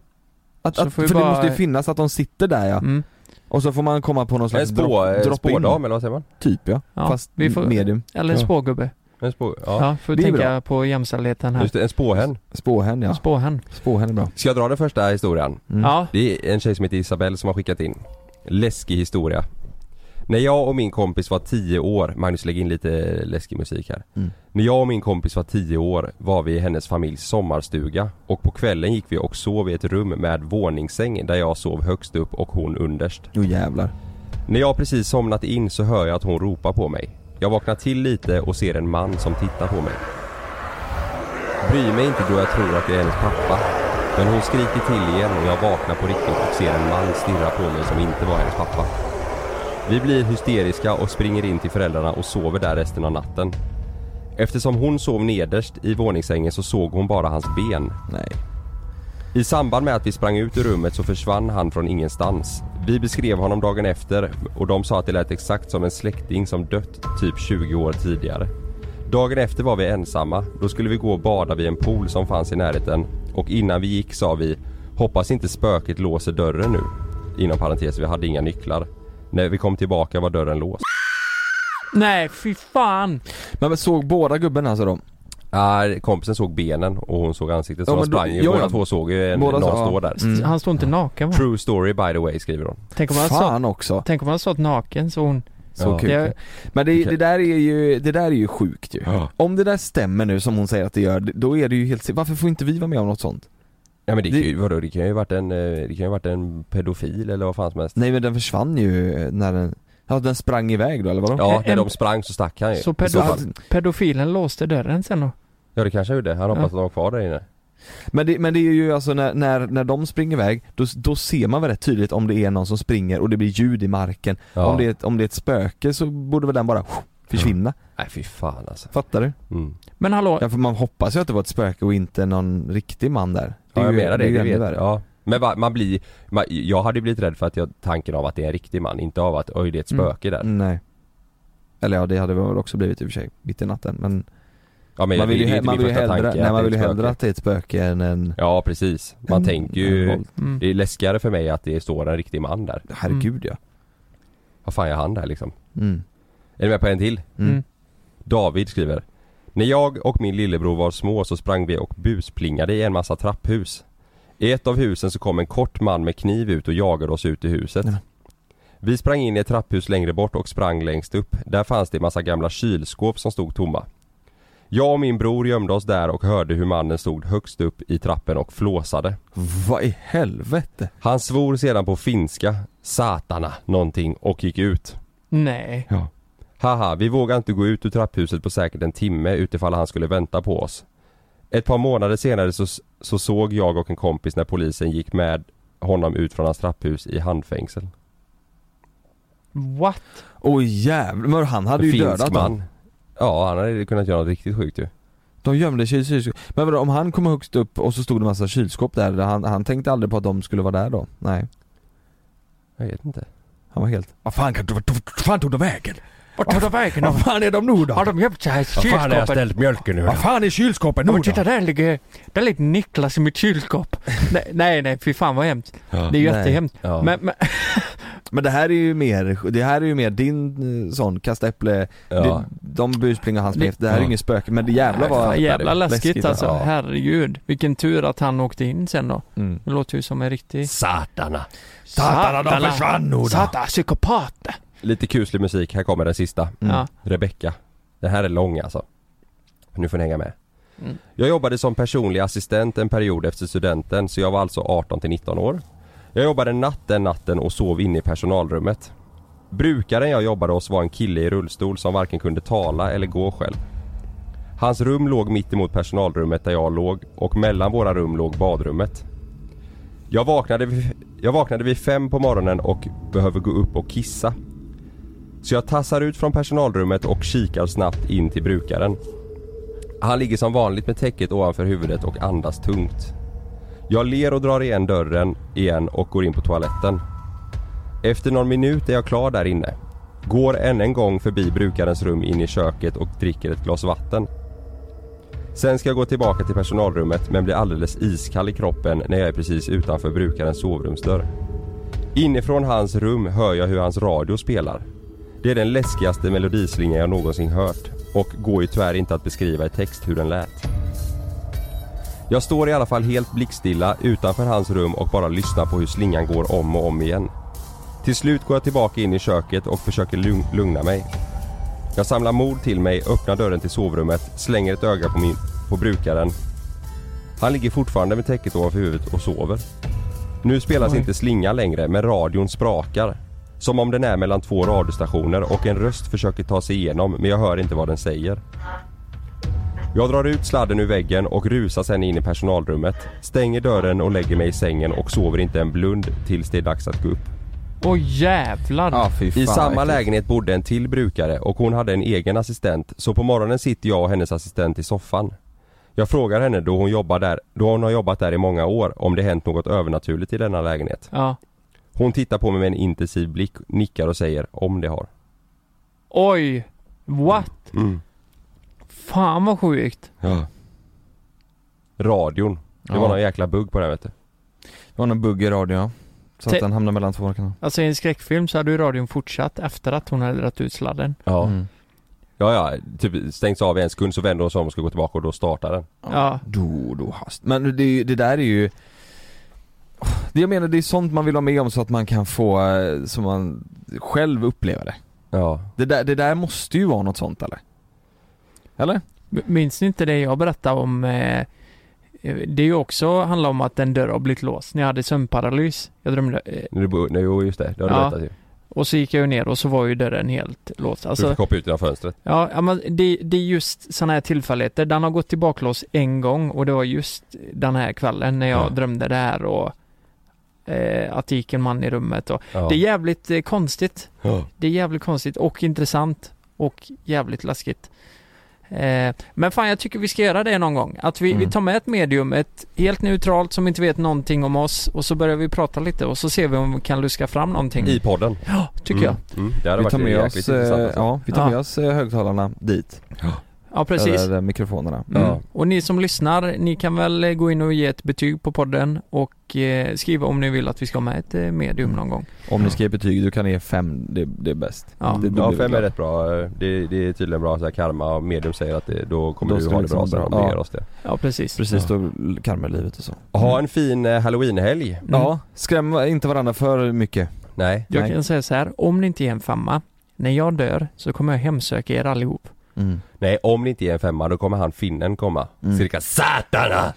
Speaker 1: Att,
Speaker 2: Så
Speaker 1: att,
Speaker 2: får vi
Speaker 1: för det
Speaker 2: bara-
Speaker 1: måste ju finnas att de sitter där ja,
Speaker 2: Mm.
Speaker 1: och så får man komma på någon
Speaker 3: Mm. En
Speaker 1: slags
Speaker 3: spå, eh,
Speaker 1: drop, drop in
Speaker 3: spådam eller vad säger man?
Speaker 1: typ ja,
Speaker 2: Ja,
Speaker 1: fast
Speaker 2: vi får-
Speaker 1: medium
Speaker 2: Eller en
Speaker 3: Ja.
Speaker 2: spågubbe.
Speaker 3: En spå... Ja.
Speaker 2: Ja, får
Speaker 1: det är
Speaker 2: tänka
Speaker 1: bra.
Speaker 2: på jämställdheten här.
Speaker 3: Just det, en spåhen.
Speaker 1: Spåhen ja.
Speaker 2: Spåhen.
Speaker 1: Spåhen är bra.
Speaker 3: Ska jag dra den första historien?
Speaker 1: Mm.
Speaker 2: Ja.
Speaker 3: Det är en tjej som heter Isabelle som har skickat in. Läskig historia. När jag och min kompis var 10 år, Magnus lägg in lite eh, läskig musik här.
Speaker 1: Mm.
Speaker 3: När jag och min kompis var 10 år var vi i hennes familjs sommarstuga och på kvällen gick vi och sov i ett rum med våningssäng där jag sov högst upp och hon underst.
Speaker 1: Jo jävlar.
Speaker 3: När jag precis somnat in så hör jag att hon ropar på mig. Jag vaknar till lite och ser en man som tittar på mig. Bryr mig inte då jag tror att det är hennes pappa. Men hon skriker till igen och jag vaknar på riktigt och ser en man stirra på mig som inte var hennes pappa. Vi blir hysteriska och springer in till föräldrarna och sover där resten av natten. Eftersom hon sov nederst i våningssängen så såg hon bara hans ben
Speaker 1: Nej.
Speaker 3: i samband med att vi sprang ut ur rummet så försvann han från ingenstans. Vi beskrev honom dagen efter och de sa att det lät exakt som en släkting som dött typ 20 år tidigare. Dagen efter var vi ensamma. Då skulle vi gå och bada vid en pool som fanns i närheten och innan vi gick sa vi “Hoppas inte spöket låser dörren nu”. Inom parentes, vi hade inga nycklar. När vi kom tillbaka var dörren låst.
Speaker 2: Nej, fy fan.
Speaker 1: Men, men såg båda gubben alltså då?
Speaker 3: Ah, kompisen såg benen och hon såg ansiktet så
Speaker 1: Ja,
Speaker 3: de
Speaker 1: men då-
Speaker 3: sprang ju.
Speaker 1: ja,
Speaker 3: Båda
Speaker 1: ja.
Speaker 3: två såg ju en,
Speaker 1: Båda
Speaker 3: någon
Speaker 1: så- ja.
Speaker 3: stå där.
Speaker 1: Mm.
Speaker 2: Han står inte naken va?
Speaker 3: True story by the way skriver hon.
Speaker 2: Tänk om han sa,
Speaker 1: Fan också.
Speaker 2: tänk om han sa att naken så hon...
Speaker 1: Så
Speaker 3: Ja.
Speaker 1: kul.
Speaker 2: Det,
Speaker 1: Men det,
Speaker 3: Okej.
Speaker 1: det, där är ju, det där är ju sjukt ju.
Speaker 3: Ja.
Speaker 1: Om det där stämmer nu som hon säger att det gör, då är det ju helt si- Varför får inte vi vara med om något sånt?
Speaker 3: Ja men det,
Speaker 1: Det-
Speaker 3: kan ju, vadå, det kan ju varit en, eh, det kan ju varit en pedofil eller vad fan som helst
Speaker 1: Nej men den försvann ju när den, ja den sprang iväg då eller vadå?
Speaker 3: Ja, när
Speaker 2: En-
Speaker 3: de sprang så stack han ju
Speaker 2: så
Speaker 3: I fall.
Speaker 2: pedof- pedofilen låste dörren sen då?
Speaker 3: Ja det kanske han gjorde, han hoppas
Speaker 2: Ja.
Speaker 3: att de var kvar där inne
Speaker 1: Men det, men det är ju alltså när, när, när de springer iväg, då, då ser man väl rätt tydligt om det är någon som springer och det blir ljud i marken.
Speaker 3: ja.
Speaker 1: Om, det är ett, om det är ett spöke så borde väl den bara försvinna.
Speaker 3: Nej fy fan alltså
Speaker 1: Fattar du?
Speaker 3: mm.
Speaker 2: Men hallå,
Speaker 1: Ja, för man hoppas ju att det var ett spöke och inte någon riktig man där.
Speaker 3: Ja
Speaker 1: är
Speaker 3: jag
Speaker 1: ju-
Speaker 3: menar det,
Speaker 1: är ju
Speaker 3: det
Speaker 1: ännu
Speaker 3: vet
Speaker 1: värre.
Speaker 3: ja. Men va, man blir, man, jag hade ju blivit rädd för att jag, tanken av att det är en riktig man, inte av att oj det är ett
Speaker 2: Mm.
Speaker 3: spöke där
Speaker 1: Nej. Eller ja, det hade väl också blivit i och för sig, mitt i natten. Men,
Speaker 3: ja, men
Speaker 1: man vill ju,
Speaker 3: det är
Speaker 1: he-
Speaker 3: inte
Speaker 1: man
Speaker 3: min
Speaker 1: vill ju
Speaker 3: första
Speaker 1: hellre,
Speaker 3: tanke
Speaker 1: nej,
Speaker 3: att det
Speaker 1: man
Speaker 3: är
Speaker 1: vill ju
Speaker 3: ett
Speaker 1: hellre
Speaker 3: spöke.
Speaker 1: att det är ett spöke än en...
Speaker 3: Ja precis, man
Speaker 1: en-
Speaker 3: tänker
Speaker 1: en
Speaker 3: ju
Speaker 1: våld.
Speaker 2: mm.
Speaker 3: Det är läskigare för mig att det står en riktig man där
Speaker 1: Herregud ja.
Speaker 3: Vad fan gör han där liksom?
Speaker 1: Mm.
Speaker 3: Är ni med på en till?
Speaker 1: Mm.
Speaker 2: Mm.
Speaker 3: David skriver När jag och min lillebror var små så sprang vi och busplingade i en massa trapphus. I ett av husen så kom en kort man med kniv ut och jagade oss ut i huset.
Speaker 1: Nej, men.
Speaker 3: Vi sprang in i ett trapphus längre bort och sprang längst upp. Där fanns det en massa gamla kylskåp som stod tomma. Jag och min bror gömde oss där och hörde hur mannen stod högst upp i trappen och flåsade.
Speaker 1: Vad i helvete?
Speaker 3: Han svor sedan på finska, satana, någonting och gick ut.
Speaker 2: Nej.
Speaker 3: Haha, vi vågar inte gå ut ur trapphuset på säkert en timme utifall han skulle vänta på oss. Ett par månader senare så, så såg jag och en kompis när polisen gick med honom ut från hans trapphus i handfängsel.
Speaker 2: What?
Speaker 1: Oj jävlar, men han hade ju
Speaker 3: Finsk
Speaker 1: dödat han.
Speaker 3: Ja, han hade kunnat göra något riktigt sjukt ju.
Speaker 1: De gömde sig i kylskåp. Men vadå, om han kom högst upp och så stod det massa kylskåp där, där han, han tänkte aldrig på att de skulle vara där då? Nej.
Speaker 3: Jag vet inte.
Speaker 1: Han var helt... Vad fan, kan- vart vart fan tog de vägen?
Speaker 2: Vart tar de vägen då?
Speaker 1: fan är de nu då?
Speaker 2: Har de gömt sig här i kylskåpet?
Speaker 3: mjölken nu då?
Speaker 1: fan är kylskåpet
Speaker 2: Ja, men titta där ligger, där ligger Niklas i mitt kylskåp. nej, nej, nej, fy fan vad hemskt.
Speaker 3: Ja.
Speaker 2: Det är
Speaker 1: Nej.
Speaker 2: jättehemskt.
Speaker 3: Ja.
Speaker 2: Men, men
Speaker 1: Men det här är ju mer, det här är ju mer din eh, sån kasta äpple,
Speaker 3: Ja.
Speaker 1: det, de busplingar hans
Speaker 2: Det-
Speaker 1: lef, det här är
Speaker 3: Ja.
Speaker 1: ju inget spöke men det jävla var...
Speaker 2: fan, jävla
Speaker 3: det är
Speaker 2: läskigt,
Speaker 1: läskigt,
Speaker 2: alltså.
Speaker 3: ja.
Speaker 2: Herregud. Vilken tur att han åkte in sen då.
Speaker 1: Mm.
Speaker 2: Det låter ju som en riktig...
Speaker 3: Satana!
Speaker 2: Satana. Satana, psykopat!
Speaker 3: Lite kuslig musik, här kommer den sista.
Speaker 1: Mm.
Speaker 2: Ja.
Speaker 3: Rebecka. Det här är lång alltså. Nu får ni hänga med.
Speaker 2: Mm.
Speaker 3: Jag jobbade som personlig assistent en period efter studenten så jag var alltså 18 till 19 år. Jag jobbade natt den natten och sov inne i personalrummet. Brukaren jag jobbade hos var en kille i rullstol som varken kunde tala eller gå själv. Hans rum låg mitt emot personalrummet där jag låg och mellan våra rum låg badrummet. Jag vaknade, vid- jag vaknade vid fem på morgonen och behöver gå upp och kissa. Så jag tassar ut från personalrummet och kikar snabbt in till brukaren. Han ligger som vanligt med täcket ovanför huvudet och andas tungt. Jag ler och drar igen dörren igen och går in på toaletten. Efter någon minut är jag klar där inne. Går än en gång förbi brukarens rum in i köket och dricker ett glas vatten. Sen ska jag gå tillbaka till personalrummet men blir alldeles iskall i kroppen när jag är precis utanför brukarens sovrumsdörr. Inifrån hans rum hör jag hur hans radio spelar. Det är den läskigaste melodislingan jag någonsin hört. och går ju tyvärr inte att beskriva i text hur den lät. Jag står i alla fall helt blickstilla utanför hans rum och bara lyssnar på hur slingan går om och om igen. Till slut går jag tillbaka in i köket och försöker lugn- lugna mig. Jag samlar mod till mig, öppnar dörren till sovrummet, slänger ett öga på, min, på brukaren. Han ligger fortfarande med täcket ovanför huvudet och sover. Nu spelas
Speaker 2: Oj.
Speaker 3: inte slingan längre, men radion sprakar. Som om den är mellan två radiostationer och en röst försöker ta sig igenom, men jag hör inte vad den säger. Jag drar ut sladden ur väggen och rusar sen in i personalrummet. Stänger dörren och lägger mig i sängen och sover inte en blund tills det är dags att gå upp.
Speaker 2: Åh jävlar!
Speaker 1: Ja, fy fan,
Speaker 3: I samma
Speaker 1: vad äckligt.
Speaker 3: lägenhet bodde en till brukare och hon hade en egen assistent så på morgonen sitter jag och hennes assistent i soffan. Jag frågar henne då hon, jobbar där, då hon har jobbat där i många år om det hänt något övernaturligt i denna lägenhet.
Speaker 2: Ja.
Speaker 3: Hon tittar på mig med en intensiv blick, nickar och säger om det har.
Speaker 2: Oj! What?
Speaker 3: Mm.
Speaker 2: Fan vad sjukt!
Speaker 3: Ja. Radion. Det
Speaker 1: Ja.
Speaker 3: var någon jäkla bugg på den vet du.
Speaker 1: Det var någon bugg i radion ja. Så
Speaker 2: Te-
Speaker 1: att den hamnade mellan två kanaler.
Speaker 2: Alltså i en skräckfilm så hade ju radion fortsatt efter att hon hade dragit ut sladden.
Speaker 3: Ja.
Speaker 1: Mm.
Speaker 3: Ja, ja. Typ stängs av i en sekund så vänder hon sig om och ska gå tillbaka och då startar den.
Speaker 2: Ja.
Speaker 1: Då, då hast. Men det, är ju- det där är ju det jag menar, det är sånt man vill ha med om så att man kan få, eh, så man själv upplever det.
Speaker 3: Ja.
Speaker 1: Det där, det där måste ju vara något sånt eller? Eller?
Speaker 2: M- Minns ni inte det jag berättade om? Eh, eh, det är ju också handlar om att en dörr har blivit låst när jag hade sömnparalys. Jag drömde... Eh,
Speaker 3: Nu, nu, jo just det, det har du
Speaker 2: Ja.
Speaker 3: berättat ju.
Speaker 2: och så gick jag ju ner och så var ju dörren helt låst.
Speaker 3: Du
Speaker 2: Alltså,
Speaker 3: fick hoppa ut genom fönstret.
Speaker 2: ja, ja men det, det är just sådana här tillfälligheter. Den har gått i baklås en gång och det var just den här kvällen när jag
Speaker 3: Ja.
Speaker 2: drömde det här och eh, att det gick en man i rummet och
Speaker 3: Ja.
Speaker 2: Det är jävligt eh, konstigt.
Speaker 3: Ja.
Speaker 2: Det är jävligt konstigt och intressant och jävligt läskigt. Eh, men fan jag tycker vi ska göra det någon gång. Att vi,
Speaker 1: Mm.
Speaker 2: vi tar med ett medium, ett helt neutralt som inte vet någonting om oss och så börjar vi prata lite och så ser vi om vi kan luska fram någonting.
Speaker 3: I podden.
Speaker 2: Ja, tycker jag.
Speaker 3: Mm. Det hade
Speaker 1: Vi
Speaker 3: varit
Speaker 1: tar med
Speaker 3: jäkligt
Speaker 1: oss,
Speaker 3: intressant
Speaker 1: eh,
Speaker 3: alltså.
Speaker 1: ja, vi tar med
Speaker 2: Ja.
Speaker 1: oss eh, högtalarna dit.
Speaker 2: Ja, precis.
Speaker 1: Eller eh, mikrofonerna.
Speaker 2: Mm.
Speaker 3: Ja.
Speaker 2: Och ni som lyssnar, ni kan väl eh, gå in och ge ett betyg på podden och eh, skriva om ni vill att vi ska ha med ett eh, medium
Speaker 1: Mm.
Speaker 2: någon gång.
Speaker 1: Om ni ska ge betyg, du kan ge fem, det, det är bäst.
Speaker 2: Ja.
Speaker 1: det,
Speaker 3: Ja, fem är rätt bra. Eh, Det, det är tydligen bra så här karma och medium säger att det, då kommer
Speaker 1: Då
Speaker 3: du
Speaker 1: ska
Speaker 3: ha det
Speaker 1: liksom
Speaker 3: bra sen
Speaker 1: bra.
Speaker 3: om du
Speaker 1: Ja.
Speaker 3: ger oss det.
Speaker 2: Ja, precis. Mm.
Speaker 1: Precis, då karmar livet och så.
Speaker 3: Ha en fin eh, halloweenhelg.
Speaker 2: Mm.
Speaker 1: Ja, skräm inte varandra för mycket.
Speaker 3: Nej.
Speaker 2: Jag
Speaker 1: Nej.
Speaker 2: kan säga så här, om ni inte ger en femma, när jag dör så kommer jag hemsöka er allihop.
Speaker 1: Mm.
Speaker 3: Nej, om det inte är en femma då kommer han finnen komma.
Speaker 1: Mm.
Speaker 3: Cirka satana!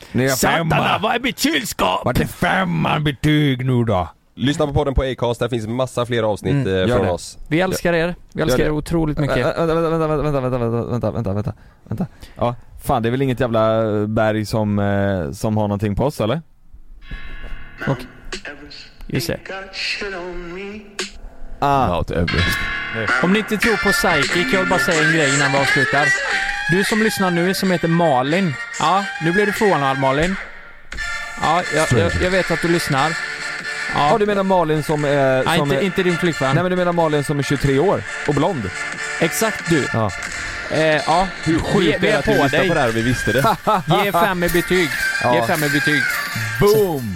Speaker 2: vad är mitt kylskåp?
Speaker 1: Vart är femman betyg nu då?
Speaker 3: Lyssna på podden på Acast, där finns massa fler avsnitt
Speaker 2: Mm,
Speaker 3: eh,
Speaker 1: gör
Speaker 3: från
Speaker 1: det.
Speaker 3: oss.
Speaker 2: Vi älskar er, vi älskar
Speaker 1: det.
Speaker 2: er otroligt
Speaker 1: Äh,
Speaker 2: mycket.
Speaker 1: äh, Vänta, vänta, vänta, vänta, vänta, vänta, vänta, vänta, vänta. Ja, fan det är väl inget jävla berg som, eh, som har någonting på oss eller?
Speaker 4: Everest
Speaker 2: Just det.
Speaker 4: ain't got shit on me.
Speaker 1: Ah,
Speaker 3: Out Everest.
Speaker 2: Om ni inte tror på psychic, jag vill bara säga en grej innan vi avslutar. Du som lyssnar nu som heter Malin. Ja, nu blir du förvånad Malin. Ja, jag, jag, jag vet att du lyssnar.
Speaker 1: ja
Speaker 2: Ja,
Speaker 1: du menar Malin som är...
Speaker 2: nej,
Speaker 1: som
Speaker 2: inte,
Speaker 1: är
Speaker 2: inte din flickvän.
Speaker 1: Nej men du menar Malin som är 23 år och blond?
Speaker 2: Exakt du.
Speaker 1: Ja.
Speaker 2: Eh, ja,
Speaker 3: Hur
Speaker 2: vi,
Speaker 3: sjukt
Speaker 2: vi
Speaker 3: är det
Speaker 2: är
Speaker 3: att vi
Speaker 2: på
Speaker 3: lyssnar på det
Speaker 2: dig.
Speaker 3: här och vi visste det.
Speaker 2: Ge fem i betyg. Ge
Speaker 1: Ja.
Speaker 2: fem i betyg.
Speaker 1: Boom!